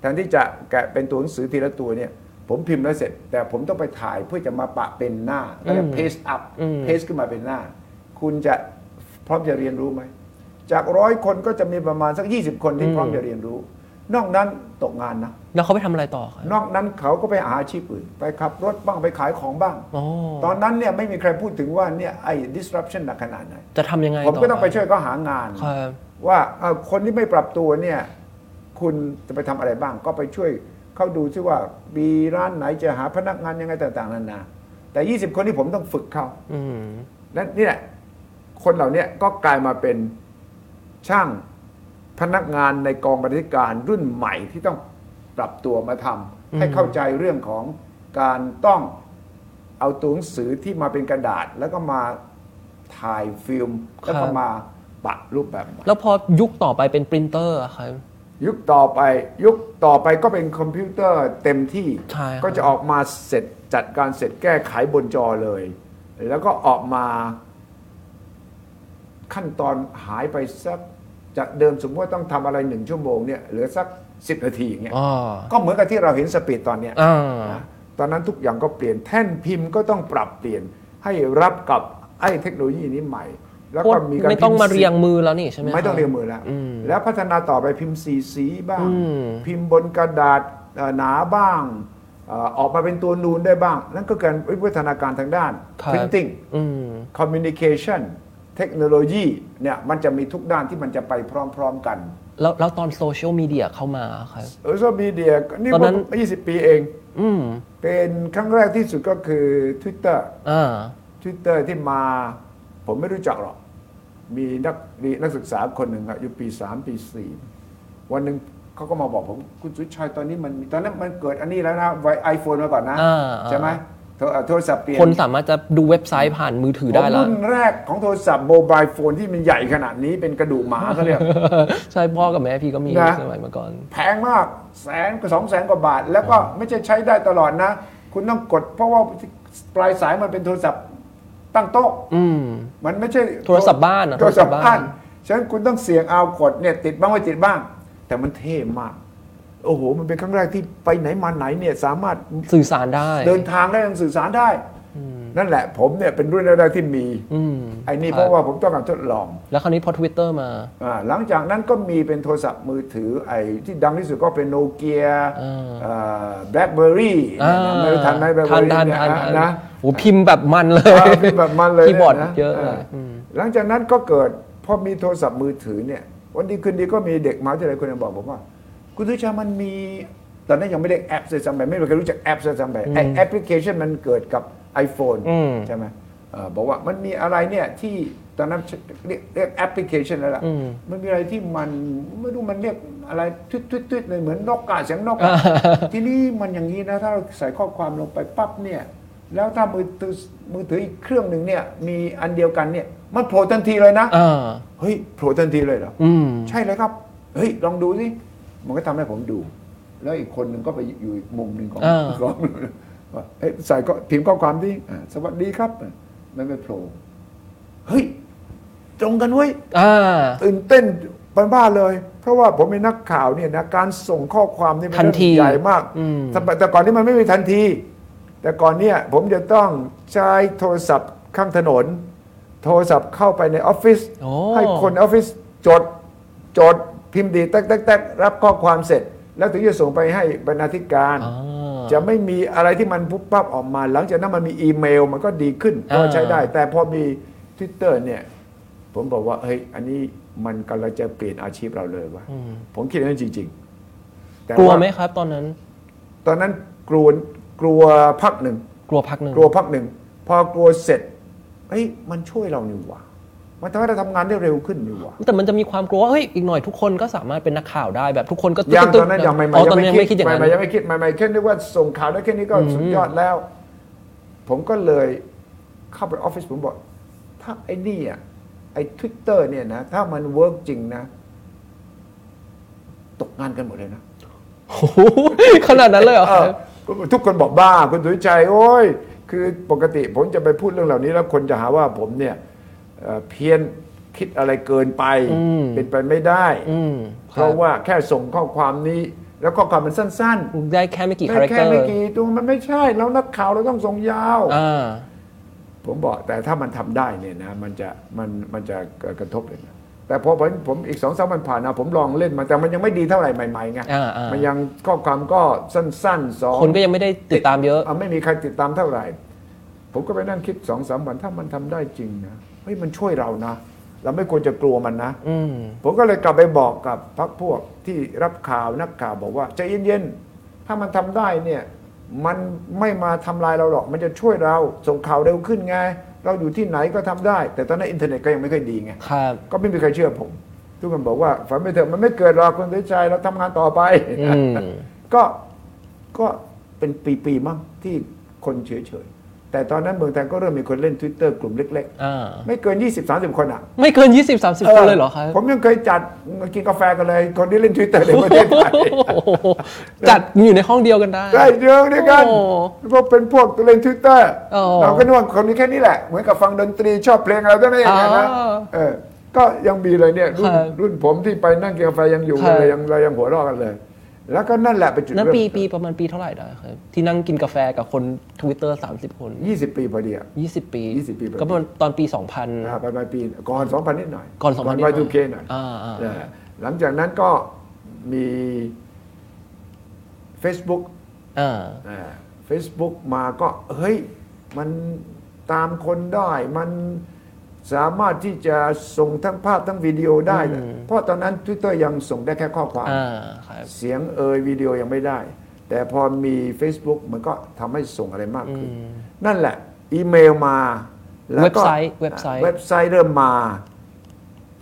A: แทนที่จะแกะเป็นตัวหนังสือทีละตัวเนี่ย ผมพิมพ์แล้วเสร็จ แต่ผมต้องไปถ่ายเพื่อจะมาปะเป็นหน้าแล้วก็ paste up paste ขึ้นมาเป็นหน้า คุณจะพร้อมจะเรียนรู้ไหม จากร้อยคนก็จะมีประมาณสัก 20 คนที่พร้อมจะเรียนรู้ นอกนั้นตกงานนะ
B: แล้วเขาไปทำอะไรต่อครับ
A: นอกนั้นเขาก็ไปหาอาชีพอื่น ไปขับรถบ้างไปขายของบ้าง
B: อ๋อ
A: ตอนนั้นเนี่ยไม่มีใครพูดถึงว่าเนี่ยไอ้ disruption หนักขนาดไหน
B: จะทำยังไง
A: ผมก็ต้องไป
B: ค
A: ช่
B: รับ
A: วยเขาหางาน
B: ครับ
A: ว่าเอ่อคนที่ไม่ปรับตัวเนี่ย คุณจะไปทำอะไรบ้าง ก็ไปช่วยเขาดูซิว่ามีร้านไหนจะหาพนักงานยังไงต่างๆนานาแต่ 20 คนที่ผมต้องฝึกเขา
B: อืม
A: และนี่แหละคนเหล่าเนี้ยก็กลายมาเป็นช่างพนักงานในกองบรรณาธิการรุ่นใหม่ที่ต้องปรับตัวมาทำให้เข้าใจเรื่องของการต้องเอาตัวหนังสือที่มาเป็นกระดาษ แล้วก็มาถ่ายฟิล์มแล้วก็
B: ครับ
A: มาปะรูปแบบใหม่
B: แล้วพอยุคต่อไปเป็นปรินเตอร์ครับ
A: ยุคต่อไปยุคต่อไปก็เป็นคอมพิวเตอร์เต็มที่
B: ใช่ครับ
A: ก็จะออกมาเสร็จจัดการเสร็จแก้ไขบนจอเลย แล้วก็ออกมา ขั้นตอนหายไปสักจากเดิมสมมติว่าต้องทำอะไรหนึ่งชั่วโมงเนี่ยเหลือสักสิบนาทีอย่างเงี้ย
B: อ๋อ
A: ก็เหมือนกับที่เราเห็นสปีดตอนเนี้ย
B: อ่า
A: นะตอนนั้นทุกอย่างก็เปลี่ยนแท่นพิมพ์ก็ต้องปรับเปลี่ยนให้รับกับไอ้เทคโนโลยีนี้ใหม่ แล้วก็มีการ
B: ไม่ต้อง
A: พิพ์
B: มาเรียงมือแล้วนี่ใช่ไหม
A: ไม่ต้อง
B: คบ
A: เรียงมือแล้ว
B: อืม
A: แล้วพัฒนาต่อไปพิมพ์สีสีบ้าง
B: อืม
A: พิมพ์บนกระดาษเอ่อหนาบ้างเอ่อออกมาเป็นตัวนูนได้บ้าง นั่นก็การวิวัฒนาการทางด้าน
B: ครับ
A: printing
B: อืม
A: communication เทคโนโลยีเนี่ยมันจะมีทุกด้านที่มันจะไปพร้อมๆกัน
B: แล้วแล้วตอนโซเชียลมีเดียเข้ามาครับ
A: โซเชียลมีเดียนี่
B: ตอนนั้น
A: ผม20 ปีเอง
B: อืม
A: เป็นครั้งแรกที่สุดก็คือ Twitter
B: อ่า
A: Twitter ที่มาผมไม่รู้จักหรอก มีนักเรียนนักศึกษาคนหนึ่งอะอยู่ปี 3 ปี 4 วันหนึ่งเขาก็มาบอกผมคุณสุชัยตอนนี้มันมีตอนนั้นมันเกิดอันนี้แล้วนะไวไอโฟนมาก่อนนะ
B: อ่าอ่า
A: ใช่ไหมโทรโทรศัพท์เปลี่ยน
B: คนสามารถจะดูเว็บไซต์ผ่านมือถือได้
A: ผม
B: แล้ว
A: รุ่นแรกของโทรศัพท์โมบายโฟนที่มันใหญ่ขนาดนี้เป็นกระดูกหมาเขา
B: [laughs]
A: เรียก
B: ใช่พ่อกับแม่พี่ก็มี
A: นะ
B: สมัยเมื่อก่อน
A: แพงมากแสนกับสองแสนกว่าบาท แล้วก็ไม่ใช่ใช้ได้ตลอดนะ คุณต้องกดเพราะว่าปลายสายมันเป็นโทรศัพท์ตั้งโต๊ะ
B: อืม
A: มันไม่ใช่
B: โทรศัพท์บ้านอะ
A: โทรศัพท์
B: โทรศัพ
A: บ้า
B: ท์บ้าน น
A: ฉะนั้นคุณต้องเสี่ยงเอากดเนี่ยติดบ้างไม่ติดบ้าง แต่มันเท่มาก โอ้โห มันเป็นครั้งแรกที่ไปไหนมาไหนเนี่ยสามารถ
B: สื่อสารได้
A: เดินทางได้ยังสื่อสารได้ นั่นแหละ ผมเนี่ยเป็นรุ่นแรกๆที่มี
B: อืม
A: ไอ้นี่เพราะว่าผมต้องการทดลอง
B: แล้วคราวนี้พอ Twitter มา
A: อ่าหลังจากนั้นก็มีเป็นโทรศัพท์มือถือไอ้ที่ดังที่สุดก็เป็นโนเกีย
B: อ่า
A: แบล็คเบอร์รี่
B: อ่า
A: ไม่รู้ทันไหมแบล็คเบ
B: ทั
A: อน ร์รี่
B: ทัน
A: เนี่ย
B: ทัน
A: นะนะ
B: โอ้พิมพ์แบบมันเลย
A: อ่าเป็นแบบมันเลย
B: คีย์บอร์ด
A: นี่นะ
B: เยอะเลย
A: หลังจากนั้นก็เกิดพอมีโทรศัพท์มือถือเนี่ย วันดีคืนดีก็มีเด็กมหาวิที่ไรคนหนึงบอกผมว่า คุณทุชามันมี ตอนนั้นยังไม่ได้แอปเซซัมแบไม่มีใครรู้จักแอปเซซัมแบไอแอปพลิเคชันมันเกิดกับ iPhone
B: อืม
A: ใช่ไหมเอ่อบอกว่ามันมีอะไรเนี่ยที่ตอนนั้นเรียกเรียกแอปพลิเคชันแล้วล่ะ
B: อืม
A: มันมีอะไรที่มันไม่รู้มันเรียกอะไรทึดทึดทึดเลยเหมือนนกกาเสียงนกอะ [laughs] ทีนี้มันอย่างนี้นะถ้าเราใส่ข้อความลงไปปั๊บเนี่ย แล้วถ้ามือถือมือถืออีกเครื่องหนึ่งเนี่ย มีอันเดียวกันเนี่ย มันโผล่ทันทีเลยนะ
B: อ่า
A: เฮ้ยโผล่ทันทีเลยเหรอ
B: อืม
A: ใช่เลยครับ เฮ้ย ลองดูสิ มันก็ทำให้ผมดู แล้วอีกคนหนึ่งก็ไปอยู่อีกมุมหนึ่งของ
B: อ่า
A: ของว่าเอ้ยใส่ก็พิมพ์ข้อความที่าสวัสดีครับอ่ะมันไปโผล่เฮ้ย ตรงกันเว้ย
B: อ่า
A: ตื่นเต้นบ้าๆเลย เพราะว่าผมเป็นนักข่าวเนี่ยนะการส่งข้อความนี่เป็น
B: ทัน
A: เรื่อง
B: ที
A: ใหญ่มาก
B: อืม
A: แต่แต่ก่อนนี่มันไม่มีทันที แต่ก่อนเนี่ยผมจะต้องใช้โทรศัพท์ข้างถนน โทรศัพท์เข้าไปในออฟฟิศ
B: โอ้
A: ให้คนออฟฟิศจดจดพิมพ์ดีแต๊กแต๊กแต๊กรับข้อความเสร็จ แล้วถึงจะส่งไปให้บรรณาธิการ
B: อ่า
A: จะไม่มีอะไรที่มันปุ๊บปั๊บออกมา หลังจากนั้นมันมีอีเมลมันก็ดีขึ้นก็
B: อ่า
A: ใช้ได้ แต่พอมี Twitter เนี่ย ผมบอกว่าเฮ้ยอันนี้มันกำลังจะเปลี่ยนอาชีพเราเลยว่ะ
B: อืม
A: ผมคิดอย่างนั้นจริงๆแต่
B: กลัว
A: า
B: ไหมครับ ตอนนั้น
A: ตอนนั้นกลัวกลัวพักหนึ่ง
B: กลัวพักหนึ่ง
A: กลัวพักหนึ่ง พอกลัวเสร็จเฮ้ยมันช่วยเรานี่หว่ามันทำให้เราทำงานได้เร็วขึ้นนี่หว่า
B: แต่มันจะมีความกลัวว่าเฮ้ยอีกหน่อยทุกคนก็สามารถเป็นนักข่าวได้แบบทุกคนก็
A: ยัง
B: ตึ๊
A: ตอ
B: ด
A: นนั้น
B: ๆ
A: ยังไม่
B: อ๋อตอนนั้นยังไม่คิดอย่างนั้น
A: ไม่ยังไม่คิดไม่ไม่แค่นึกว่าส่งข่าวได้แค่นี้ก็
B: อืม
A: สุดยอดแล้ว ผมก็เลยเข้าไปออฟฟิศผมบอก ถ้าไอ้นี่อ่ะไอ้ทวิตเตอร์เนี่ยนะ ถ้ามันเวิร์กจริงนะ ตกงานกันหมดเลยนะ
B: โอ้โหขนาดนั้นเลยเหรอ
A: เออทุกคนบอกบ้า คุณสุวิชัยโอ้ย คือปกติผมจะไปพูดเรื่องเหล่านี้ แล้วคนจะหาว่าผมเนี่ยเอ่อเพี้ยนคิดอะไรเกินไป เป็นไปไม่ได้
B: อืมค
A: เพ
B: รับ
A: ราะว่าแค่ส่งข้อความนี้ แล้วข้อความมันสั้น ๆ
B: ได้แค่ไม่กี่
A: ไม่
B: คาแรค
A: แค่
B: เตอร์
A: ไม่กี่ตัวมันไม่ใช่แล้วนักข่าวเราต้องส่งยาว
B: อ่า
A: ผมบอกแต่ถ้ามันทำได้เนี่ยนะมันจะมันมันจะเกิดกระทบเลยนะแต่พอผมผมอีกสองสามวันผ่านมาผมลองเล่นมันแต่มันยังไม่ดีเท่าไหร่ใหม่ๆไง
B: อ่าอ่ามั
A: มันยังข้อความก็สั้นๆสอง
B: คนก็ยังไม่ได้ติดตามเยอะ
A: อ่ะไม่มีใครติดตามเท่าไหร่ ผมก็ไปนั่งคิดสองสามวันถ้ามันทำได้จริงนะเฮ้ยมันช่วยเรานะ เราไม่ควรจะกลัวมันนะ
B: อืม
A: ผมก็เลยกลับไปบอกกับพักพวกที่รับข่าวนักข่าวบอกว่าใจเย็นๆ ถ้ามันทำได้เนี่ย มันไม่มาทำลายเราหรอก มันจะช่วยเราส่งข่าวเร็วขึ้นไง เราอยู่ที่ไหนก็ทำได้ แต่ตอนนั้นอินเทอร์เน็ตก็ยังไม่ค่อยดีไง
B: ครับ
A: ก็ไม่มีใครเชื่อผม ทุกคนบอกว่าฝันไปเถอะมันไม่เกิดหรอกคุณสุชัยเราทำงานต่อไป
B: อืม
A: ก็ก็เป็นปีๆมั้งที่คนเฉยๆแต่ตอนนั้นเมืองไทยก็เริ่มมีคนเล่น Twitter กลุ่มเล็ก
B: อ่า
A: ๆ ไม่เกิน 20-30 คนอ่ะ
B: ไม่เกิน 20 30 คนเลยเหรอ
A: [laughs]
B: ครับ
A: ผมยังเคยจัดมากินกาแฟกันเลย คนที่เล่นทวิตเตอร์ในประเทศไทย
B: โอ้โหจัดอยู่ในห้องเดียวกันได้
A: ใช่เยอะด้วยกัน
B: โอ้
A: พวกเป็นพวกเล่นทวิตเตอร์
B: โอ้
A: เราก็นึกว่าคนนี้แค่นี้แหละ เหมือนกับฟังดนตรีชอบเพลงอะไรก็ได้อย่างนั้นนะ
B: อ๋อ
A: เออก็ยังมีเลยเนี่ยรุ่น
B: ครับ
A: รุ่นผมที่ไปนั่งกินกาแฟยังอยู่
B: ค
A: กั
B: รั
A: น
B: บ
A: เลยยังเรายังหัวเราะกันเลย แล้วก็นั่นแหละเป็นจุด
B: นั่น
A: เริ่ม
B: ปีปีประมาณปีเท่าไหร่ได้ครับ ที่นั่งกินกาแฟกับคน Twitter 30 คน
A: ยี่สิบปีพอดีอะ
B: 20 ปี
A: 20ปี
B: ก็ประมาณตอนปี
A: อ่าป
B: 2000
A: ลายๆปีก่อนสองพันนิดหน่อย
B: ก่อน2000นิดหน่
A: ก่
B: อ
A: อย ยทูเคหน่อย
B: อ่าอ่า
A: เออหลังจากนั้นก็มี Facebook
B: อ่า
A: เฟซบุ๊กมาก็เฮ้ย มันตามคนได้ มันสามารถที่จะส่งทั้งภาพทั้งวิดีโอได้นะเพราะตอนนั้น Twitter ยังส่งได้แค่ข้อความ
B: อ่า ครับ
A: เสียงเอยวิดีโอยังไม่ได้ แต่พอมี Facebook มันก็ทำให้ส่งอะไรมากขึ้น นั่นแหละ อีเมลมาก็
B: เว็บไซต์เว็บไซต์
A: เว็บไซต์เริ่มมา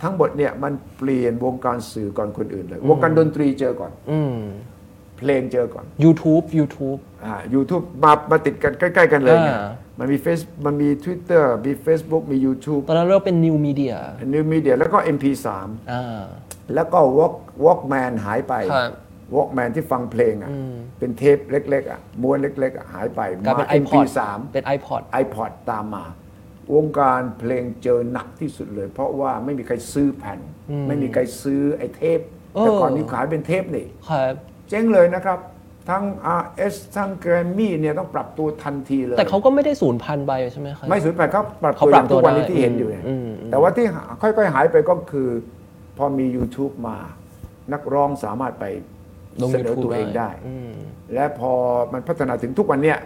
A: ทั้งหมดเนี่ยมันเปลี่ยนวงการสื่อก่อนคนอื่นเลย วงการดนตรีเจอก่อน
B: อืม
A: เพลงเจอก่อน
B: YouTube YouTube
A: อ่า YouTube มามาติดกันใกล้ ๆ กันเลยไง
B: อ่า
A: มันมี Face มันมี Twitter มี Facebook มี YouTube
B: ตอนนั้นเราเป็น New Media
A: New Media แล้วก็ MP3
B: อ่า
A: แล้วก็ Walk Walkman หายไป
B: ครับ
A: Walkman ที่ฟังเพลงอ่ะเป็นเทปเล็ก ๆ อ่ะม้วนเล็ก ๆ อ่ะ หายไป
B: กลาย
A: มา
B: เป็น iPod
A: MP3
B: เป็น iPod
A: iPod ตามมา วงการเพลงเจอหนักที่สุดเลย เพราะว่าไม่มีใครซื้อแผ่น ไม่มีใครซื้อไอ้เทป แต่ก่อน
B: เออ
A: นี่ขายเป็นเทปนี่
B: ครับ
A: เจ๊งเลยนะครับ ทั้ง RS ทั้ง Grammy เนี่ยต้องปรับตัวทันทีเลย
B: แต่เขาก็ไม่ได้ศูนย์พันใบใช่ไหมครับ
A: ไม่สูญไปครับปรับ
B: เขา
A: ตัว
B: ป
A: อ
B: รับ
A: ย่างทุกวันนี้
B: ตัวได้
A: ที่เห็นอยู่เนี่ย
B: อืมอืม
A: แต่ว่าที่หาค่อยๆ หายไปก็คือ พอมี YouTube มา นักร้องสามารถไป
B: ลง
A: เสนอ
B: YouTube
A: ตัวเองได้
B: อืม
A: และพอมันพัฒนาถึงทุกวันเนี่ย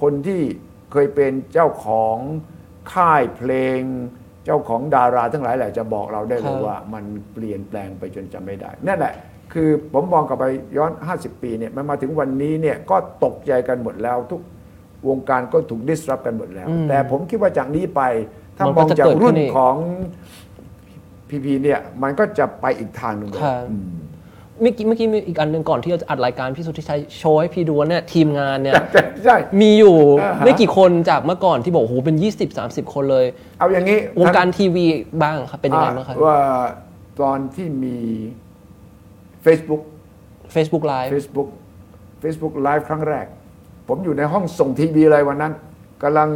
A: คนที่เคยเป็นเจ้าของค่ายเพลง เจ้าของดาราทั้งหลายแหละจะบอกเราได้เลย
B: ครับ
A: ว่ามันเปลี่ยนแปลงไปจนจำไม่ได้นั่นแหละ คือผมมองกลับไปย้อน 50 ปีเนี่ยมันมาถึงวันนี้เนี่ยก็ตกใจกันหมดแล้ว ทุกวงการก็ถูกดิสรับกันหมดแล้ว แต่ผมคิดว่าจากนี้ไป ถ้ามองจากรุ่นของพีพีเนี่ยมันก็จะไปอีกทางหนึ่งเลย
B: ครับ
A: อืม
B: เมื่อกี้เมื่อกี้มีอีกอันหนึ่งก่อนที่เราจะอัดรายการพี่สุทธิชัยโชว์ให้พี่ดูว่าเนี่ยทีมงานเนี่ย
A: ใช่
B: มีอยู่
A: อ่าฮะ
B: ไม่กี่คนจากเมื่อก่อนที่บอกโอ้โหเป็น 20 30 คนเลย
A: เอาอย่างนี้
B: วงการทีวีบ้างครับ เป็นยังไงบ้างครับ
A: อ่ะว่าตอนที่มี Facebook
B: Facebook Live
A: Facebook Facebook Live ครั้งแรก ผมอยู่ในห้องส่งทีวีอะไรวันนั้นกำลัง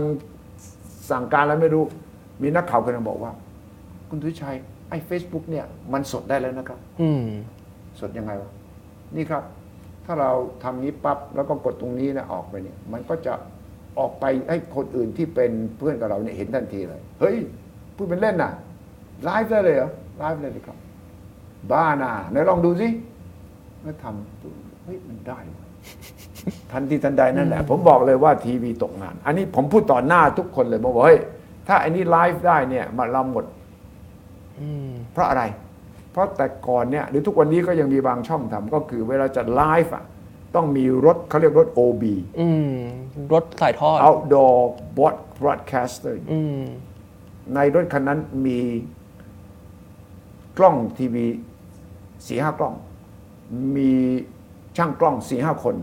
A: สั่งการแล้วไม่รู้ มีนักข่าวคนหนึงบอกว่า คุณทุชัย ไอ้ Facebook เนี่ยมันสดได้แล้วนะครับ
B: อืม
A: สดยังไงวะ นี่ครับ ถ้าเราทำนี้ปั๊บแล้วก็กดตรงนี้นะออกไปเนี่ย มันก็จะ ออกไปให้คนอื่นที่เป็นเพื่อนกับเราเนี่ยเห็นทันทีเลย เฮ้ย พูดเป็นเล่นน่ะไลฟ์ได้เลยเหรอไลฟ์ได้เลยครับ บ้าน่ะไหนลองดูสิเมื่อทำดูเฮ้ยมันได้เว้ยทันทีทันใดนั่นแหละ ผมบอกเลยว่าทีวีตกงาน อันนี้ผมพูดต่อหน้าทุกคนเลยบอกว่าเฮ้ยถ้าอันนี้ไลฟ์ได้เนี่ยมาเราหมด
B: อืม
A: เพราะอะไร เพราะแต่ก่อนเนี่ยหรือทุกวันนี้ก็ยังมีบางช่องทำก็คือเวลาจะไลฟ์อ่ะต้องมีรถเขาเรียกรถ OB
B: อืม รถสายทอด
A: Outdoor Broadcaster
B: อืม
A: ในรถคันนั้นมีกล้องทีวีสี่ห้ากล้อง มีช่างกล้องสี่ห้าคน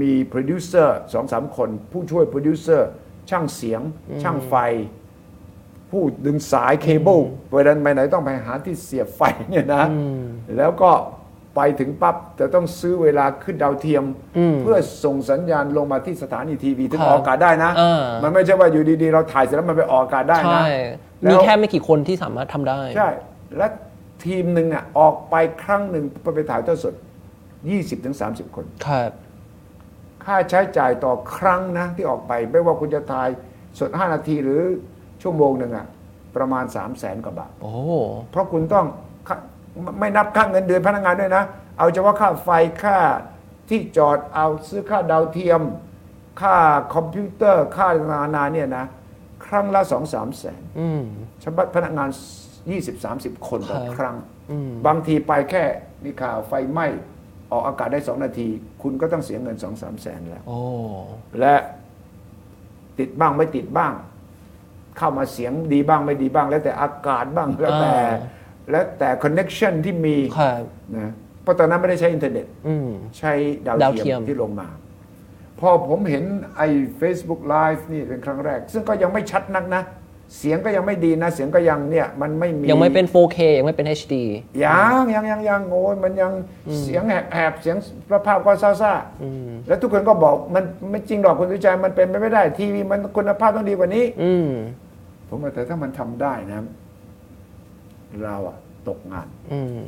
A: มีโปรดิวเซอร์สองสามคน ผู้ช่วยโปรดิวเซอร์ช่างเสียง ช่างไฟ ผู้ดึงสายเคเบิลเวลาไปไหนต้องไปหาที่เสียบไฟเนี่ยนะ แล้วก็ไปถึงปั๊บจะต้องซื้อเวลาขึ้นดาวเทียม เพื่อส่งสัญญาณลงมาที่สถานีทีวีถึง
B: ครับ
A: ออกอากาศได้นะ
B: เออ
A: มันไม่ใช่ว่าอยู่ดีๆ เราถ่ายเสร็จแล้วมันไปออกอากาศได้นะ
B: ใช่
A: ล้ว
B: มีแค่ไม่กี่คนที่สามารถทำได้
A: ใช่ และทีมหนึ่งอ่ะออกไปครั้งหนึ่งไปถ่ายทอดสด 20-30 คน
B: ครับ
A: ค่าใช้จ่ายต่อครั้งนะที่ออกไป ไม่ว่าคุณจะถ่ายสด 5 นาทีหรือชั่วโมงหนึ่งอ่ะประมาณ 3 0 0แสนกว่าบาท
B: โอ้
A: เพราะคุณต้องค่าไม่ไม่นับค่าเงินเดือนพนักงานด้วยนะ เอาเฉพาะค่าไฟค่าที่จอดเอาซื้อค่าดาวเทียม ค่าคอมพิวเตอร์ค่านานาเนี่ยนะ ครั้งละ 2-3แสน
B: อืม
A: ชำระพนักงาน 20 30 คนต่อ
B: ครับ
A: ครั้ง บางทีไปแค่มีข่าวไฟไหม้ออกอากาศได้ 2 นาที คุณก็ต้องเสียเงิน 2 3 แสนแล้ว
B: โอ้
A: และติดบ้างไม่ติดบ้าง เข้ามาเสียงดีบ้างไม่ดีบ้าง แล้วแต่อากาศบ้างแล้วแต่
B: อ่า
A: แล้วแต่คอนเน็ชันที่มี
B: ครับ
A: นะเพราะตอนนั้นไม่ได้ใช้อินเทอร์เน็ต
B: อืม
A: ใช้ดาว
B: ดาวเที
A: เทีย
B: ย
A: ม
B: ม
A: ที่ลงมา พอผมเห็นไอ้ Facebook Live นี่เป็นครั้งแรก ซึ่งก็ยังไม่ชัดนักนะ เสียงก็ยังไม่ดีนะ เสียงก็ยังเนี่ย มันไม่มี
B: ยังไม่เป็น 4K ยังไม่เป็น HD
A: ยังยังยังยังโอ้ยมันยังเสียงแหบแหบเสียงประภาพก็ซ่าๆแล้วทุกคนก็บอกมันไม่จริงหรอกคุณสุจัยมันเป็นไปไม่ได้ ทีวีมันคุณภาพต้องดีกว่านี้
B: อืม
A: ผมว่าแต่ถ้ามันทำได้นะ เราอะตกงาน
B: อืม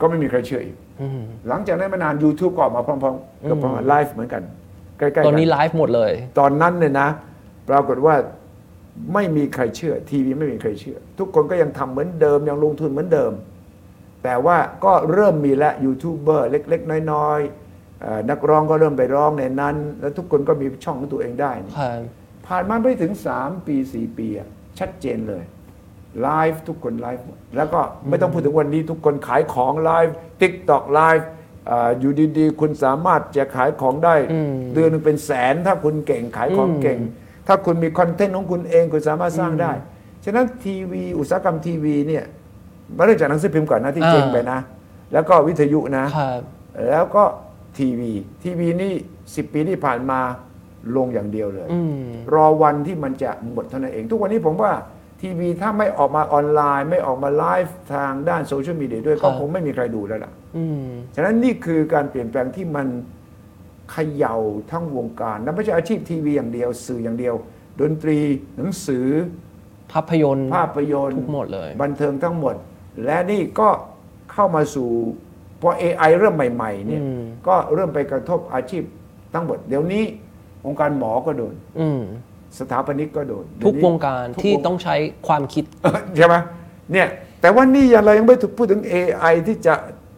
A: ก็ไม่มีใครเชื่ออีก
B: อืม
A: หลังจากนั้นไม่นาน YouTube ก็ออกมาพร้อมๆกับไลฟ์เหมือนกันใกล้ๆกั
B: ตอนนี้ไลฟ์หมดเลย
A: ตอนนั้นเนี่ยนะ ปรากฏว่าไม่มีใครเชื่อ ทีวีไม่มีใครเชื่อ ทุกคนก็ยังทำเหมือนเดิม ยังลงทุนเหมือนเดิม แต่ว่าก็เริ่มมีและยูทูบเบอร์เล็ก ๆ น้อยๆเอ่อนักร้องก็เริ่มไปร้องในนั้น แล้วทุกคนก็มีช่องของตัวเองได้นี่
B: ครับ
A: ผ่านมาไม่ถึง 3 ปี 4 ปีอะชัดเจนเลยไลฟ์ทุกคนไลฟ์หมดแล้วก็ไม่ต้องพูดถึงวันนี้ทุกคนขายของไลฟ์ TikTok ไลฟ์เอ่ออยู่ดีๆ คุณสามารถจะขายของได้
B: อืม
A: เดือนหนึงเป็นแสนถ้าคุณเก่งขายของเก่ง ถ้าคุณมีคอนเทนต์ของคุณเองคุณสามารถสร้างได้ ฉะนั้นทีวีอุตสาหกรรมทีวีเนี่ยมาเริ่มจากหนังสือพิมพ์ก่อนนะที่
B: อ่า
A: เจงไปนะ แล้วก็วิทยุนะ
B: ครับ
A: แล้วก็ทีวีทีวีนี่ 10 ปีที่ผ่านมาลงอย่างเดียวเลย
B: อืม
A: รอวันที่มันจะหมดเท่านั้นเอง ทุกวันนี้ผมว่าทีวีถ้าไม่ออกมาออนไลน์ ไม่ออกมาไลฟ์ทางด้านโซเชียลมีเดียด้วย
B: ครั
A: ก็
B: บ
A: คงไม่มีใครดูแล้วล่ะ
B: อืม
A: ฉะนั้นนี่คือการเปลี่ยนแปลงที่มันเขย่าทั้งวงการ และไม่ใช่อาชีพทีวีอย่างเดียว สื่ออย่างเดียว ดนตรีหนังสือ
B: ภาพยนตร์
A: ภาพยนตร์
B: ทุกหมดเลย
A: บันเทิงทั้งหมด และนี่ก็เข้ามาสู่ พอ AI เริ่มใหม่ ๆ เนี่ย
B: อืม
A: ก็เริ่มไปกระทบอาชีพทั้งหมด เดี๋ยวนี้องค์การหมอก็โดน
B: อืม
A: สถาปนิกก็โดนเดี๋ย
B: ทุกวงการ
A: ทุก
B: ที่
A: ว
B: ต้องใช้ความคิด
A: [laughs] ใช่ไหมเนี่ยแต่ว่านี่ยังเรายังไม่ถูกพูดถึง AI ที่จะ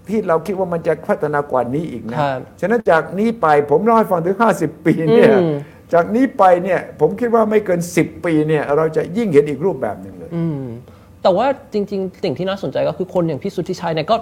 A: ที่เราคิดว่ามันจะพัฒนากว่านี้อีกนะครับ ฉะนั้นจากนี้ไปผมเล่าให้ฟังถึง 50 ปีเนี่ย
B: อืม
A: จากนี้ไปเนี่ยผมคิดว่าไม่เกิน 10 ปีเนี่ยเราจะยิ่งเห็นอีกรูปแบบหนึ่งเลย
B: อืม แต่ว่าจริง ๆ สิ่งที่น่าสนใจก็คือคนอย่างพี่สุทธิชัยเนี่ยก็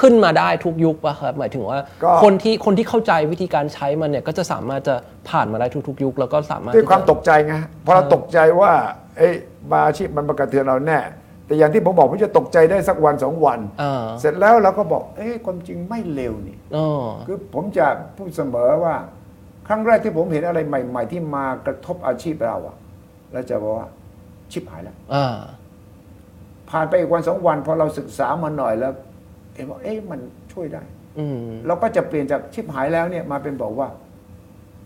B: ขึ้นมาได้ทุกยุคปะครับ หมายถึงว่า
A: ก็
B: คนที่คนที่เข้าใจวิธีการใช้มันเนี่ย ก็จะสามารถจะผ่านมาได้ทุกๆ ยุค แล้วก็สามารถ
A: ด้วยความ
B: ที่จะ
A: ตกใจไงพอเราตกใจว่าเอ้ยบาอาชีพมันมากระเทือนเราแน่ แต่อย่างที่ผมบอกผมจะตกใจได้สักวันสองวัน
B: อ่า
A: เสร็จแล้วเราก็บอกเอ้ยความจริงไม่เลวนี่
B: อ๋อ
A: คือผมจะพูดเสมอว่า ครั้งแรกที่ผมเห็นอะไรใหม่ ๆ ที่มากระทบอาชีพเราอะเราจะบอกว่าชิบหายแล้ว
B: อ่า
A: ผ่านไปอีกวันสองวันพอเราศึกษามาหน่อยแล้วเห็นว่าเอ๊ะมันช่วยได้
B: อืม
A: เราก็จะเปลี่ยนจากชิบหายแล้วเนี่ยมาเป็นบอกว่า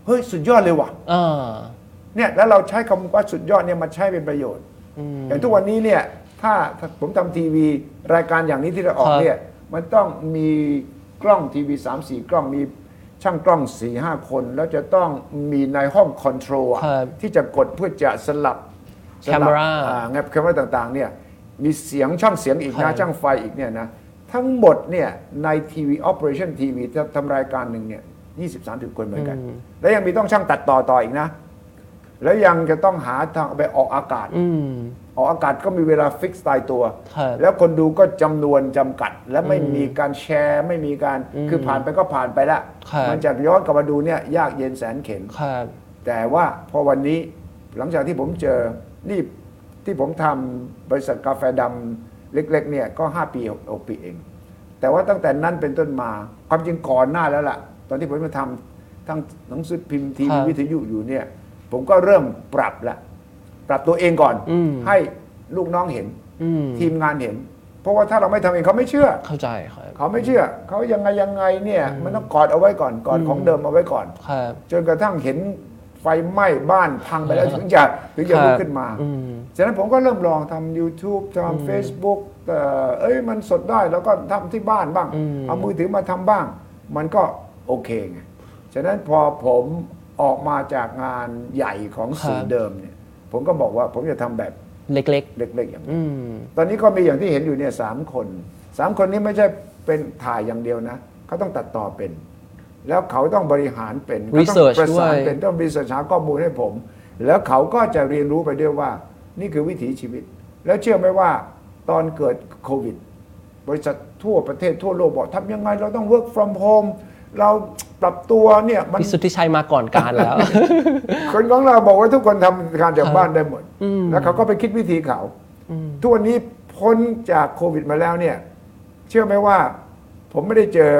A: เฮ้ยสุดยอดเลยว่ะ
B: อ่า
A: เนี่ยแล้วเราใช้คำว่าสุดยอดเนี่ยมาใช้เป็นประโยชน์
B: อืม
A: อย่างทุกวันนี้เนี่ยถ้าถ้าผมทำทีวีรายการอย่างนี้ที่เราออก
B: ครับ
A: เนี่ยมันต้องมีกล้องทีวีสามสี่กล้องมี ช่างกล้อง4ีหคน แล้วจะต้องมีในห้องคอนโทรล
B: ครับ
A: ที่จะกดเพื่อจะสลับสลับ
B: Camera
A: อ่างับแคมเมราต่างๆเนี่ยมีเสียงช่องเสียงอีก
B: ครั
A: นะ
B: บ
A: ช่างไฟอีกเนี่ยนะ ทั้งหมดเนี่ยในทีวีออปเปอเรชั่นทีวีทำรายการหนึ่งเนี่ยยี่สิบสามสิบคนเหมือนกัน แล้วยังมีต้องช่างตัดต่อต่ออีกนะ แล้วยังจะต้องหาทางเอาไปออกอากาศ
B: อืม
A: ออกอากาศก็มีเวลาฟิกซ์ตายตัว
B: ครับ
A: แล้วคนดูก็จำนวนจำกัด และไม่มีการแชร์ ไม่มีการคือผ่านไปก็ผ่านไปละ
B: ครับ
A: มันจากย้อนกลับมาดูเนี่ยยากเย็นแสนเข็ญ
B: ครับ
A: แต่ว่าพอวันนี้หลังจากที่ผมเจอนี่ที่ผมทำบริษัทกาแฟดำเล็ก ๆ เนี่ยก็ 5 ปี6ปีเอง แต่ว่าตั้งแต่นั้นเป็นต้นมาความจริงก่อนหน้าแล้วล่ะ ตอนที่ผมมาทำทั้งหนังสือพิมพ์ทีวี
B: ครับ
A: วิทยุอยู่เนี่ย ผมก็เริ่มปรับละปรับตัวเองก่อน
B: อืม
A: ให้ลูกน้องเห็น
B: อืม
A: ทีมงานเห็น เพราะว่าถ้าเราไม่ทำเองเขาไม่เชื่อ
B: เข้าใจครับ
A: เขาไม่เชื่อ เขายังไงยังไงเนี่ยมันต้องกอดเอาไว้ก่อนกอดของเดิมเอาไว้ก่อน
B: ครับ
A: จนกระทั่งเห็นไฟไหม้บ้านพังไป
B: [laughs]
A: แล้วถึงจะถึงจะ
B: ครับ
A: ลุกขึ้นมา
B: อืม
A: ฉะนั้นผมก็เริ่มลองทำ YouTube ทำ Facebook เอ่อเอ้ยมันสดได้แล้วก็ทำที่บ้านบ้าง
B: อืม
A: เอามือถือมาทำบ้าง มันก็โอเคไงฉะนั้นพอผมออกมาจากงานใหญ่ของสื่อเดิมเนี่ย ผมก็บอกว่าผมจะทำแบบ
B: เล็ก
A: เล็ก ๆ อย่าง
B: ๆ
A: นี้
B: อืม
A: ตอนนี้ก็มีอย่างที่เห็นอยู่เนี่ยสามคนสามคนนี้ไม่ใช่เป็นถ่ายอย่างเดียวนะเขาต้องตัดต่อเป็น แล้วเขาต้องบริหารเป็นเขาต้อง
B: Research
A: ประสาน
B: ด้วย
A: เป็น ต้องมีสถาข้อมูลให้ผม แล้วเขาก็จะเรียนรู้ไปด้วยว่า นี่คือวิถีชีวิต แล้วเชื่อไหมว่าตอนเกิดโควิด บริษัททั่วประเทศทั่วโลกบอกทำยังไงเราต้อง work from home เราปรับตัวเนี่ยมัน
B: พี่สุทธิชัยมาก่อนการแล้ว
A: [laughs] คนของเราบอกว่าทุกคนทำงานจากบ้านได้หมด แล้วเขาก็ไปคิดวิธีเขาทุกวันนี้พ้นจากโควิดมาแล้วเนี่ย เชื่อไหมว่าผมไม่ได้เจอ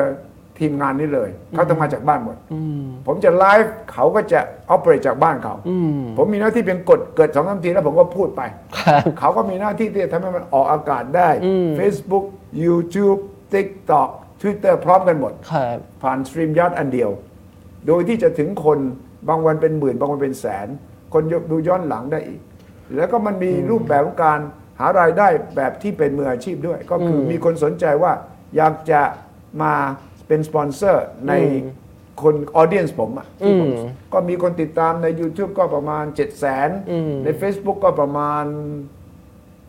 A: ทีมงานนี้เลย เขาทำงานจากบ้านหมด
B: อืม
A: ผมจะไลฟ์เขาก็จะออ e r a t e จากบ้านเขา
B: อืม
A: ผมมีหน้าที่เพียงกดเกิดสองสามทีแล้วผมก็พูดไป
B: ครับ
A: เขาก็มีหน้าที่ที่จะทำให้มันออกอากาศได้
B: อืม
A: Facebook YouTube TikTok Twitter พร้อมกันหมด
B: ครับ
A: ผ่านสตรีมยอดอันเดียว โดยที่จะถึงคนบางวันเป็นหมื่น บางวันเป็นแสน คนดูย้อนหลังได้อีก แล้วก็มันมีรูปแบบของการหารายได้แบบที่เป็นมืออาชีพด้วย ก็คืออมีคนสนใจว่าอยากจะมาเป็นสปอนเซอร์ในคนออเดียนส์ผมอะที่ผม
B: อืม
A: ก็มีคนติดตามใน YouTube ก็ประมาณ 7 0 0 0 0
B: อืม
A: 0ใน Facebook ก็ประมาณ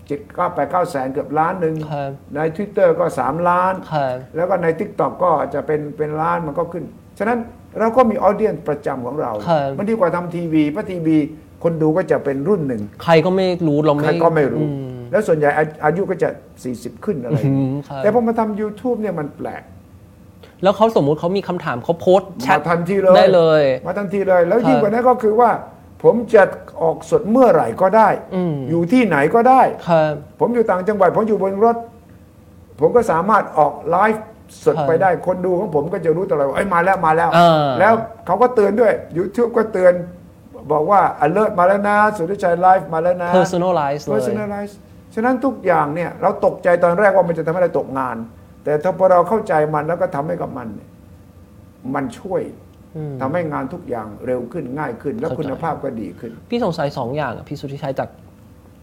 A: 7 9 8 9แสนเกือบล้านหนึ่ง
B: ครับ
A: ใน Twitter ก็ 3 ล้าน
B: ครับ
A: แล้วก็ใน t ิ k t o k ก็จะเป็นเป็นล้านมันก็ขึ้น ฉะนั้นเราก็มีออเดียนประจำของเรา
B: ครับ
A: มันดีกว่าทำทีวีเพราะทีวี คนดูก็จะเป็นรุ่นหนึ่ง
B: ใครก็ไม่รู้เราไม่
A: ใครก็ไม่รู้
B: อืม
A: แล้วส่วนใหญ่อาอายุก็จะ 40 ขึ้นอะไร
B: อืมครับ
A: แต่พอมาทำ YouTube เนี่ยมันแปลก
B: แล้วเขาสมมุติเขามีคำถามเขาโพสต์แช
A: มา
B: ท
A: ทันทีเลย
B: ได้เลย
A: มาทันทีเลย แล้วยิ่ง
B: ครับ
A: กว่านั้นก็คือว่า ผมจะออกสดเมื่อไหร่ก็ได้
B: อืม
A: อยู่ที่ไหนก็ได้
B: ครับ
A: ผมอยู่ต่างจังหวัดผมอยู่บนรถ ผมก็สามารถออกไลฟ์สด
B: ครับ
A: ไปได้คนดูของผมก็จะรู้ตลอดว่าเอ้ยมาแล้วมาแล้ว
B: เออ
A: แล้วเขาก็เตือนด้วย YouTube ก็เตือน บอกว่า alert มาแล้วนะสุทธิชัยไลฟ์มาแล้วนะ
B: personalize เลย
A: personalize ฉะนั้นทุกอย่างเนี่ย เราตกใจตอนแรกว่ามันจะทำให้เราตกงาน แต่ถ้าพอเราเข้าใจมันแล้วก็ทำให้กับมันเนี่ยมันช่วย
B: อืม
A: ทำให้งานทุกอย่างเร็วขึ้นง่ายขึ้น และคุณภาพก็ดีขึ้น
B: พี่สงสัยสองอย่างอะพี่สุทธิชัยจาก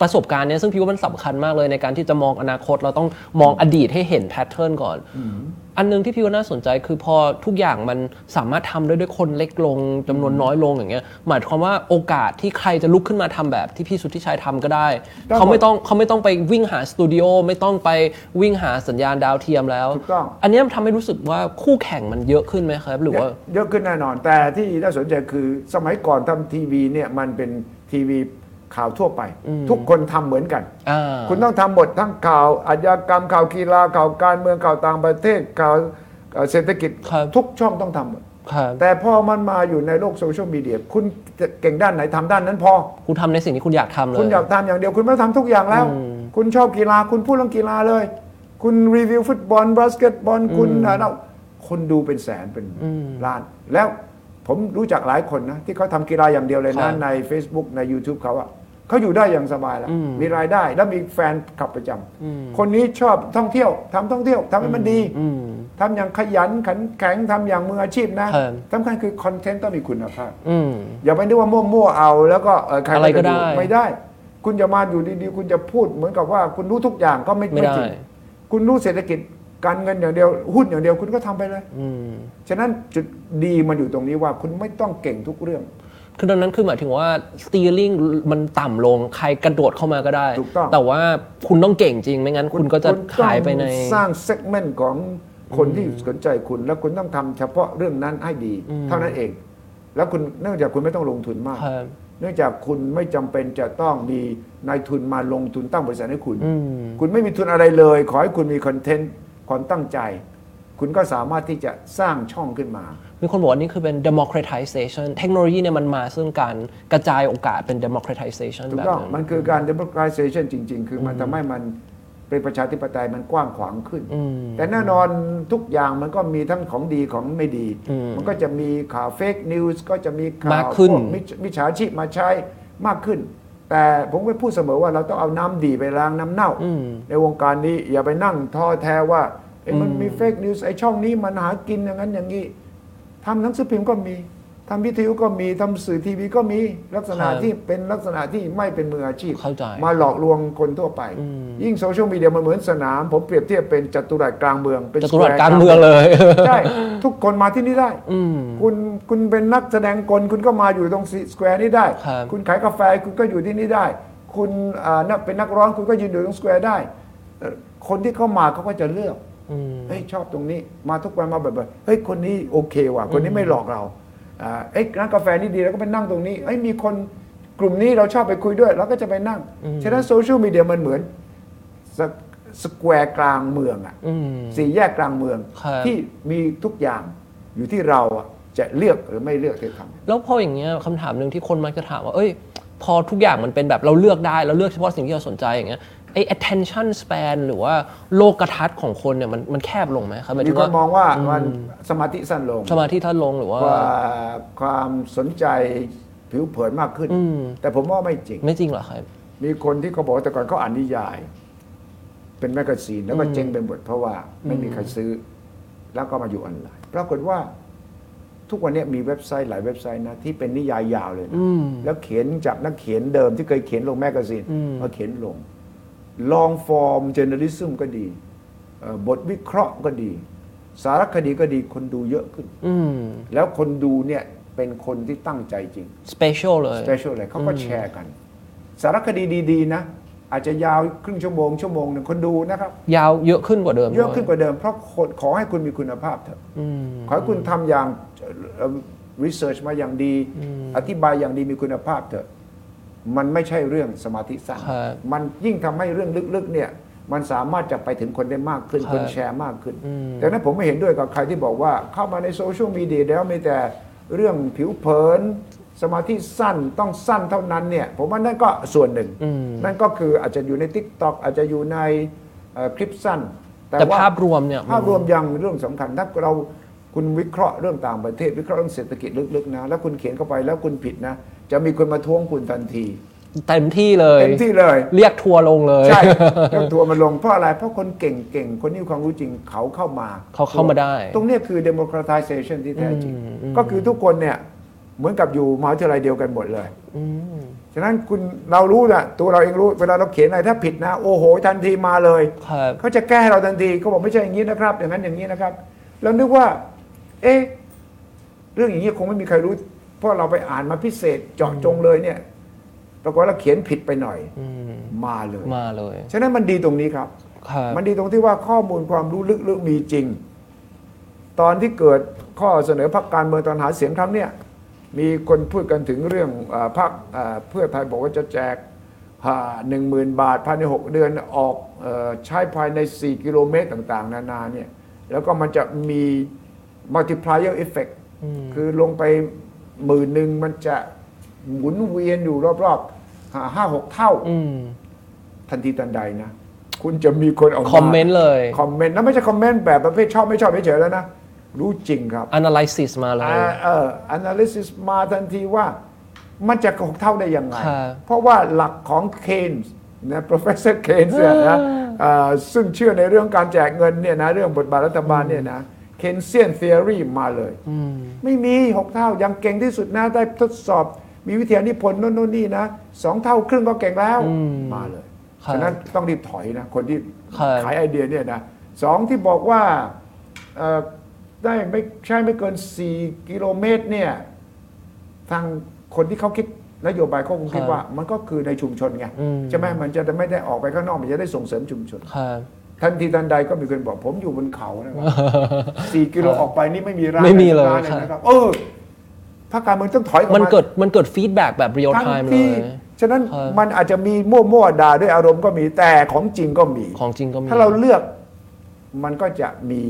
B: ประสบการณ์เนี้ยซึ่งพี่ว่ามันสำคัญมากเลยในการที่จะมองอนาคต เราต้องมองอดีตให้เห็นแพทเทิร์นก่อน อันหนึงที่พี่ว่าน่าสนใจคือพอทุกอย่างมันสามารถทำได้ด้วยคนเล็กลงจำนวนน้อยลงอย่างเงี้ยหมายความว่าโอกาสที่ใครจะลุกขึ้นมาทำแบบที่พี่สุทธิชัยทำก็ได้
A: ได้หมด
B: เขาไม่ต้องเขาไม่ต้องไปวิ่งหาสตูดิโอไม่ต้องไปวิ่งหาสัญญาณดาวเทียมแล้ว
A: ถูกต้อง
B: นเนี้ยมันทำให้รู้สึกว่าคู่แข่งมันเยอะขึ้นไหมครับ หรือว่า
A: เยอะขึ้นแน่นอน แต่ที่น่าสนใจคือสมัยก่อนทำทีวีเนี่ยมันเป็นทีวีข่าวทั่วไป ทุกคนทำเหมือนกัน
B: อ่า
A: คุณต้องทำหมดทั้งข่าวอาชญากรรมข่าวกีฬาข่าวการเมืองข่าวต่างประเทศข่าวเอ่อเศรษฐกิจ
B: ครับ
A: ทุกช่องต้องทำหมด
B: ครับ
A: แต่พอมันมาอยู่ในโลกโซเชียลมีเดียคุณจะเก่งด้านไหนทำด้านนั้นพอ
B: คุณทำในสิ่งที่คุณอยากทำเลย
A: คุณอยากทำอย่างเดียวคุณไม่ทำทุกอย่างแล้ว คุณชอบกีฬาคุณพูดเรื่องกีฬาเลย คุณรีวิวฟุตบอลบาสเกตบอลคุณนะเราคนดูเป็นแสนเป็นล้าน แล้วผมรู้จักหลายคนนะที่เขาทำกีฬาอย่างเดียวเลย
B: ครั
A: นะ
B: บ
A: ใน Facebook ใน YouTube เขาอะเขาอยู่ได้อย่างสบายแล้ว มีรายได้แล้วมีแฟนขับประจำคนนี้ชอบท่องเที่ยวทำท่องเที่ยวทำให้มันดีทำอย่างขยันขันแข็งทำอย่างมืออาชีพนะครับ สำคัญคือคอนเทนต์ต้องมีคุณภาพ
B: อืม
A: อย่าไปนึกว่ามั่วๆเอาแล้วก็เใค
B: อะไรก็
A: จะ
B: ได้
A: ไม่ได้ คุณจะมาอยู่ดีๆ คุณจะพูดเหมือนกับว่าคุณรู้ทุกอย่างก็ไม่
B: ไม่ได้
A: จริงคุณรู้เศรษฐกิจ การเงินอย่างเดียวหุ้นอย่างเดียวคุณก็ทำไปเลย
B: อืม
A: ฉะนั้นจุดดีมันอยู่ตรงนี้ว่าคุณไม่ต้องเก่งทุกเรื่อง
B: คือตอนนั้นคือหมายถึงว่าสตีลิงมันต่ำลงใครกระโดดเข้ามาก็ได้
A: ถูกต้อง
B: แต่ว่าคุณต้องเก่งจริง ไม่งั้นคุณก็จะหายไปใน
A: สร้างเซกเมนต์ของคนที่สนใจคุณ แล้วคุณต้องทำเฉพาะเรื่องนั้นให้ดี
B: อืม
A: เท่านั้นเอง แล้วคุณเนื่องจากคุณไม่ต้องลงทุนมาก
B: ครับ
A: เนื่องจากคุณไม่จำเป็นจะต้องมีนายทุนมาลงทุนตั้งบริษัทให้คุณ
B: อืม
A: คุณไม่มีทุนอะไรเลย ขอให้คุณมีคอนเทนต์ความตั้งใจ คุณก็สามารถที่จะสร้างช่องขึ้นมา
B: มีคนบอกว่านี่คือเป็น democratization เทคโนโลยีเนี่ยมันมาซึ่งการกระจายโอกาสเป็น democratization
A: ถู
B: แบ
A: ก
B: บ
A: ต้องมั
B: นั้น
A: นคือการ democratization จริง ๆ คือมันทำให้มันเป็นประชาธิปไตยมันกว้างขวางขึ้น
B: อืม
A: แต่แน่นอนทุกอย่างมันก็มีทั้งของดีของไม่ดี
B: อืม
A: มันก็จะมีข่าวเฟกนิวส์ก็จะมีข่าม
B: าก
A: ว
B: ขึ้น
A: พวมิจมิจฉาชีพมาใช้มากขึ้น แต่ผมก็พูดเสมอว่าเราต้องเอาน้ำดีไปล้างน้ำเน่า
B: อืม
A: ในวงการนี้อย่าไปนั่งท้อแท้ว่าเอ้ยมันมีเฟกนิวส์ไอช่องนี้มันหากินอย่างนั้นอย่างนี้ทำหนังสือพิมพ์ก็มีทำวิทยุก็มีทำสื่อทีวีก็มีลักษณะ
B: ครับ
A: ที่เป็นลักษณะที่ไม่เป็นมืออาชีพ
B: เข้าใจ
A: มาหลอกลวงคนทั่วไป
B: อืม
A: ยิ่งโซเชียลมีเดียมันเหมือนสนาม ผมเปรียบเทียบเป็นจัตุรัสกลางเมือง เป็น
B: จะตรวจ
A: square
B: การเมืองเลย
A: ใช่ทุกคนมาที่นี่ได้
B: อืม
A: คุณคุณเป็นนักแสดงกลคุณก็มาอยู่ตรงสแควร์นี้ได้
B: ครับ
A: คุณขายกาแฟคุณก็อยู่ที่นี่ได้ คุณอ่านักเป็นนักร้องคุณก็ยืนอยู่ตรงสแควร์ได้เอ่อคนที่เข้ามาเขาก็จะเลือก
B: อืม
A: เฮ้ยชอบตรงนี้ มาทุกวันมาบ่อยๆเฮ้ยคนนี้โอเคว่ะคนนี้ไม่หลอกเราอ่าเอ้ยร้านกาแฟนี่ดีแล้วก็ไปนั่งตรงนี้เอ้ยมีคนกลุ่มนี้เราชอบไปคุยด้วยเราก็จะไปนั่ง
B: อืม
A: ฉะนั้นโซเชียลมีเดียมันเหมือนสสแควร์กลางเมืองอะ
B: อืม
A: สี่แยกกลางเมือง
B: ครับ
A: ที่มีทุกอย่างอยู่ที่เราอะจะเลือกหรือไม่เลือกที่จะทำ
B: แล้วพออย่างเงี้ยคำถามหนึ่งที่คนมักจะถามว่า เอ้ย พอทุกอย่างมันเป็นแบบเราเลือกได้ เราเลือกเฉพาะสิ่งที่เราสนใจอย่างเงี้ยไอ้ attention span หรือว่าโลกทัศน์ของคนเนี่ยมันมันแคบลงไหมครับหมาย
A: มี
B: ถึง
A: คน
B: ว่าม
A: องว่ามันสมาธิสั้นลง
B: สมาธิท่านลงหรือว่า
A: กว่าความสนใจผิวเผินมากขึ้น
B: อืม
A: แต่ผมว่าไม่จริง
B: ไม่จริงเหรอครับ
A: มีคนที่เขาบอกว่าแต่ก่อนเขาอ่านนิยาย เป็นแมกกาซีนแล้วก็เจ๊งเป็นบทเพราะว่าไม่มีใครซื้อ แล้วก็มาอยู่ออนไลน์ปรากฏว่าทุกวันนี้มีเว็บไซต์หลายเว็บไซต์นะที่เป็นนิยายยาวเลยนะ
B: อืม
A: แล้วเขียนจากนักเขียนเดิมที่เคยเขียนลงแมกกาซีน
B: อืม
A: มาเขียนลง ลองฟอร์มเจเนอริซึมก็ดีเอ่อบทวิเคราะห์ก็ดี สารคดีก็ดีคนดูเยอะขึ้น
B: อืม
A: แล้วคนดูเนี่ยเป็นคนที่ตั้งใจจริง
B: special เลย
A: สเปเชียลเลยเขาก็แชร์กัน สารคดีดี ๆ นะ อาจจะยาวครึ่งชั่วโมง ชั่วโมงหนึ่งคนดูนะครับ
B: ยาวเยอะขึ้นกว่าเดิม
A: เยอะขึ้นก
B: ด้
A: ว่าเดิม เพราะคนขอให้คุณมีคุณภาพเถอะ
B: อืม
A: ขอให้คุณทำอย่างรีเสิร์ชมาอย่างดี อธิบายอย่างดีมีคุณภาพเถอะ มันไม่ใช่เรื่องสมาธิสั้น
B: ครับ
A: มันยิ่งทำให้เรื่องลึกๆเนี่ย มันสามารถจะไปถึงคนได้มากขึ้น
B: ครับ
A: คนแชร์มากขึ้น
B: อืม
A: ดังนั้นผมไม่เห็นด้วยกับใครที่บอกว่าเข้ามาในโซเชียลมีเดียแล้วมีแต่เรื่องผิวเผิน สมาธิสั้นต้องสั้นเท่านั้นเนี่ย ผมว่านั่นก็ส่วนหนึ่ง
B: อืม
A: นั่นก็คืออาจจะอยู่ใน Tik t o อกอาจจะอยู่ในเอ่อคลิปสั้น
B: แต่ภาพรวมเนี่ย
A: ภาพรวมยังเรื่องสำคัญถ้าเราคุณวิเคราะห์เรื่องต่างประเทศ วิเคราะห์เรื่องเศรษฐกิจลึกๆนะ แล้วคุณเขียนเข้าไปแล้วคุณผิดนะ จะมีคนมาท้วงคุณทันที
B: เต็มที่เลย
A: เต็มที่เลย
B: เรียกทัวร์ลงเลย
A: ใช่ต้องทัวร์มันลงเพราะอะไร เพราะคนเก่งๆ คนที่มีความรู้จริงเขาเข้ามา
B: เขาเข้ามาได้
A: ตรงเนี้ยคือ democratization ที่แท้จริง
B: อืมอืม
A: ก็คือทุกคนเนี่ยเหมือนกับอยู่มหาวิทยาลัยเดียวกันหมดเลย
B: อืม
A: ฉะนั้นคุณเรารู้นะตัวเราเองรู้เวลาเราเขียนอะไรถ้าผิดนะ โอ้โห ทันทีมาเลย
B: ครับ
A: เขาจะแก้ให้เราทันทีเขาบอกไม่ใช่อย่างนี้นะครับ อย่างนั้นอย่างนี้นะครับเรานึกว่า เอ๊ะเรื่องอย่างนี้คงไม่มีใครรู้ เพราะเราไปอ่านมาพิเศษเจาะจงเลยเนี่ยปรากฏว่าเราเขียนผิดไปหน่อย
B: อืม
A: มาเลย
B: มาเลย
A: ฉะนั้นมันดีตรงนี้ครับ
B: ครับ
A: มันดีตรงที่ว่าข้อมูลความรู้ลึกๆมีจริง ตอนที่เกิดข้อเสนอพรรคการเมืองตอนหาเสียงครั้งเนี่ยมีคนพูดกันถึงเรื่องเออพรรคเอ่อเพื่อไทยบอกว่าจะแจกหนึ่งหมื่นบาทภายใน 6 เดือนออกเออใช้ภายใน 4 กิโลเมตรต่างๆ นานาเนี่ยแล้วก็มันจะมี multiplier effect คือลงไปหมื่นหนึ่งมันจะหมุนเวียนอยู่รอบๆห้าหกเท่า
B: อืม
A: ทันทีทันใดนะ คุณจะมีคนออกา
B: คอมเมนต์เลย
A: คอมเมนต์แล้วไม่ใช่คอมเมนต์แบบประเภทชอบไม่ชอบเฉยๆแล้วนะ รู้จริงครับ
B: analysis มาเลย
A: อ่าเอ่อ analysis มาทันทีว่ามันจะหกเท่าได้ยังไง
B: ครับ
A: เพราะว่าหลักของเคนส์นะ professor Keynes เนี่ยนะเอ่อซึ่งเชื่อในเรื่องการแจกเงินเนี่ยนะ เรื่องบทบาทรัฐบาลเนี่ยนะ Keynesian theory มาเลย
B: ม
A: ไม่มีหกเท่ายังเก่งที่สุดนะ ได้ทดสอบมีวิทยานิพนธ์โน่นโน่นนี่นะสองเท่าครึ่งก็เก่งแล้วมาเลย
B: ครับ
A: ฉะนั้นต้องรีบถอยนะ คนที่
B: ครับ
A: ขายไอเดียเนี่ยนะ สองที่บอกว่าเอ่อได้ไม่ใช่ไม่เกิน 4 กิโลเมตรเนี่ยทางคนที่เขาคิดนโยบายเขาคงคิด
B: ครับ
A: ว่า มันก็คือในชุมชนไง
B: อืม
A: ใช่ไหมมันจะไม่ได้ออกไปข้างนอกมันจะได้ส่งเสริมชุมชน
B: ครับ
A: ทันทีทันใดก็มีคนบอกผมอยู่บนเขานะครับสี่กิโลออกไปนี่ไม่มีร้าน
B: ไม่มีเลย
A: ร้าน
B: ครับ
A: นะครับ เออพรรคการเมืองต้องถอยออา
B: มันเกิดมันเกิดฟีดแบ็กแบบเรียล
A: ทั้ง
B: ไทม์เล
A: ที่
B: ย
A: ฉะนั้น
B: ครับ
A: มันอาจจะมีมั่วๆด่าด้วยอารมณ์ก็มีแต่ของจริงก็มี
B: ของจริงก็มี
A: ถ้าเราเลือกมันก็จะมี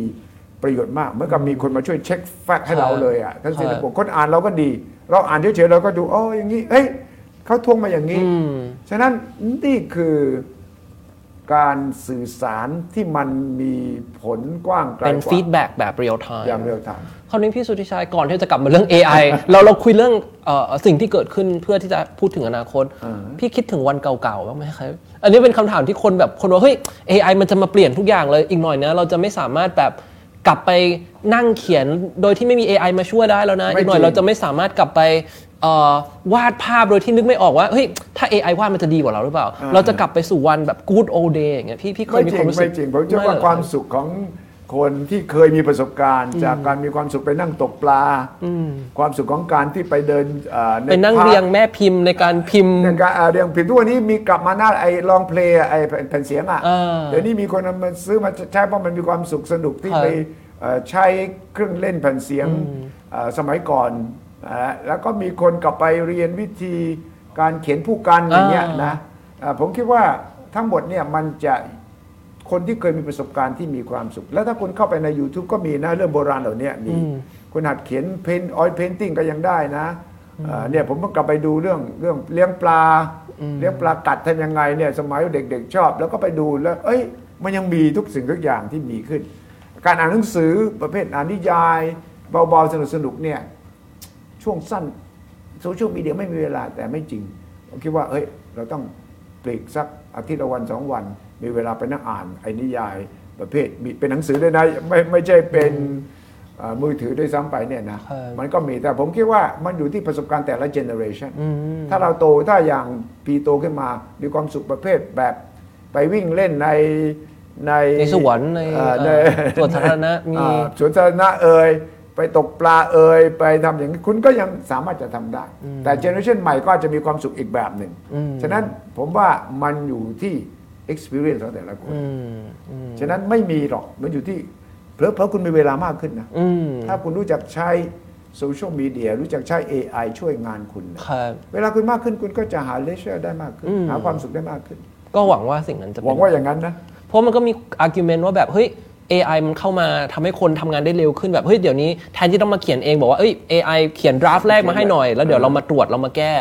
A: ประโยชน์มากเหมื่อนกับมีคนมาช่วยเช็คแฟกต์ให้
B: ครับ
A: เราเลยอ่ะท่านเศรษฐพง
B: ครั
A: ศ์
B: บ
A: คนอ่านเราก็ดี เราอ่านเฉยๆเราก็ดูอ๋ออย่างนี้เอ้ยเขาทวงมาอย่างนี้
B: อืม
A: ฉะนั้นนี่คือการสื่อสารที่มันมีผลกว้างไกล
B: เป็น
A: กว่า
B: ฟีดแบ็กแบบเรียลไทม์
A: อย่างเร็วทัน
B: คราวนี้พี่สุทธิชัยก่อนที่จะกลับมาเรื่อง AI เราเราคุยเรื่องเอ่อสิ่งที่เกิดขึ้นเพื่อที่จะพูดถึงอนาคต
A: อ่า
B: พี่คิดถึงวันเก่าๆบ้างไหมครับ อันนี้เป็นคำถามที่คนแบบคนว่าเฮ้ย AI มันจะมาเปลี่ยนทุกอย่างเลยอีกหน่อยนะ เราจะไม่สามารถแบบกลับไปนั่งเขียนโดยที่ไม่มี AI มาช่วยได้แล้วนะ
A: ไม่จริง
B: อีกหน่อยเราจะไม่สามารถกลับไปเอ่อวาดภาพโดยที่นึกไม่ออกว่าเฮ้ยถ้า AI วาดมันจะดีกว่าเราหรือเปล่า เราจะกลับไปสู่วันแบบ good old day อย่างเงี้ยพี่พี่เค
A: ไม่
B: ยมี
A: จ
B: ค
A: ริ
B: วาง มรู้สึ
A: ไม่
B: ก
A: จริงผมเชื่อ
B: ไ
A: ว่าความสุขของคนที่เคยมีประสบการณ์ จากการมีความสุขไปนั่งตกปลา ความสุขของการที่ไปเดินเอ่อ
B: ไปนั่ง
A: พา
B: เรียงแม่พิมพ์ในการพิมพ์
A: ในการเอ่อเรียงผิดทุกวันนี้มีกลับมาหน้าไอ้ลองเพลงไอ้แผ่นเสียงอ่ะ
B: เออ
A: เดี๋ยวนี้มีคนเอามาซื้อมาใช้เพราะมันมีความสุขสนุกที่
B: ครับ
A: ไปเอ่อใช้เครื่องเล่นแผ่นเสียงเอ่อสมัยก่อนนะฮะแล้วก็มีคนกลับไปเรียนวิธีการเขียนผู้กันอย่างเงี้ยนะเอ่อผมคิดว่าทั้งหมดเนี่ยมันจะคนที่เคยมีประสบการณ์ที่มีความสุข แล้วถ้าคุณเข้าไปใน YouTube ก็มีนะเรื่องโบราณเหล่าเนี้ยมี คุณหัดเขียนเพนออยเพนติ้งก็ยังได้นะเอ่อเนี่ยผมเพิ่งกลับไปดูเรื่องเรื่องเลี้ยงปลา เลี้ยงปลากัดทำยังไงเนี่ยสมัยเด็กๆชอบ แล้วก็ไปดูแล้ว เอ้ย มันยังมีทุกสิ่งทุกอย่างที่มีขึ้น การอ่านหนังสือประเภทอ่านนิยาย เบาๆ สนุกๆเนี่ย ช่วงสั้นโซเชียลมีเดียไม่มีเวลาแต่ไม่จริงผมคิดว่าเอ้ย เราต้องปลีกสักอาทิตย์ละวันสองวัน มีเวลาไปนั่งอ่านไอ้นิยาย ประเภทมีเป็นหนังสือด้วยนะไม่ไม่ใช่เป็นเอ่อมือถือด้วยซ้ำไปเนี่ยนะ
B: ครับ
A: มันก็มีแต่ผมคิดว่ามันอยู่ที่ประสบการณ์แต่ละเจเนอเรชันถ้าเราโตถ้าอย่างปีโตขึ้นมา มีความสุขประเภทแบบไปวิ่งเล่นในใน
B: ในสวนใน
A: เอ่อใน
B: เอ่อสวนสาธารณะมี
A: อ่าสวนสาธารณะเอ่ยไปตกปลาเอ่ยไปทำอย่างนี้คุณก็ยังสามารถจะทำได้ แต่เจเนอเรชันใหม่ก็อาจจะมีความสุขอีกแบบหนึ่ง ฉะนั้นผมว่ามันอยู่ที่ experience ของแต่ละคน
B: อืมอืม
A: ฉะนั้นไม่มีหรอกมันอยู่ที่เพลอเพลคุณมีเวลามากขึ้นนะ
B: อืม
A: ถ้าคุณรู้จักใช้โซเชียลมีเดียรู้จักใช้ AI ช่วยงานคุณนะครับ เวลาคุณมากขึ้นคุณก็จะหาเลเชอร์ได้มากขึ้น
B: อืม
A: หาความสุขได้มากขึ้น
B: ก็หวังว่าสิ่งนั้นจะ
A: ห
B: เป็
A: วัน งว่าอย่างนั้นนะ
B: เพราะมันก็มี argument ว่าแบบเฮ้ย AI มันเข้ามาทำให้คนทำงานได้เร็วขึ้นแบบเฮ้ยเดี๋ยวนี้แทนที่ต้องมาเขียนเองบอกว่าเอ้ย AI เขียนดราฟแรกมาให้หน่อย แล้วเดี๋ยวเรามาตรวจเรามาแก้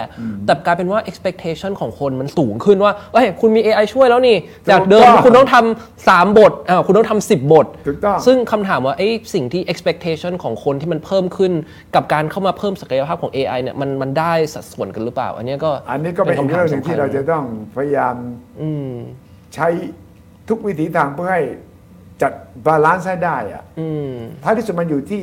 B: แต่กลายเป็นว่า expectation ของคนมันสูงขึ้นว่าเอ้ยคุณมี AI ช่วยแล้วนี่ จากเดิม
A: ถูกต้อง
B: คุณต้องทำสามบทอ่าคุณต้องทำสิบบท
A: ถูกต้อง
B: ซึ่งคำถามว่าไอ้สิ่งที่ expectation ของคนที่มันเพิ่มขึ้น กับการเข้ามาเพิ่มศักยภาพของ AI เนี่ยมันมันได้สัดส่วนกันหรือเปล่า อันเนี้ยก็
A: อันนี้ก็เป็นอีก
B: คำถาม
A: เรื่องหนึ่ง
B: สำคัญ
A: ที่เราจะต้องพยายาม
B: อืม
A: ใช้ทุกวิถีทางเพื่อให้จัดบาลานซ์ให้ได้อะ
B: อืม
A: ท้ายที่สุดมันอยู่ที่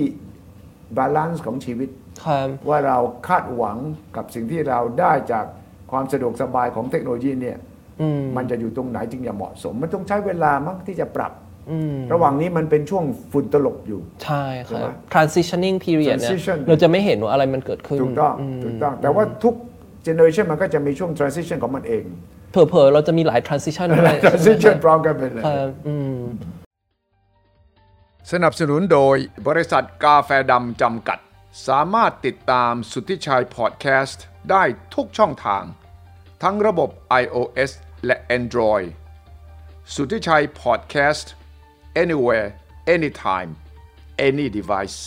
A: บาลานซ์ของชีวิต
B: ครับ
A: ว่าเราคาดหวังกับสิ่งที่เราได้จากความสะดวกสบายของเทคโนโลยีเนี่ย
B: อืม
A: มันจะอยู่ตรงไหนจึงจะเหมาะสม มันต้องใช้เวลามั้งที่จะปรับ
B: อืม
A: ระหว่างนี้มันเป็นช่วงฝุ่นตลบอยู่
B: ใช่ค
A: ใช่
B: รับ
A: ไหม
B: transitioning period เนี่ย
A: Transition
B: เราจะไม่เห็นว่าอะไรมันเกิดขึ้น
A: ถูกต้องถูกต้อง แต่ว่าทุกเจเนอเรชันมันก็จะมีช่วง transition ของมันเอง
B: เผลอๆ เราจะมีหลาย transition ด้วย
A: [laughs] transition พร้อมกันไปเลย
B: ครับอืม
A: สนับสนุนโดยบริษัทกาแฟดำจำกัด สามารถติดตามสุทธิชัยพอดแคสต์ได้ทุกช่องทาง ทั้งระบบ iOS และ Android สุทธิชัยพอดแคสต์ anywhere anytime any device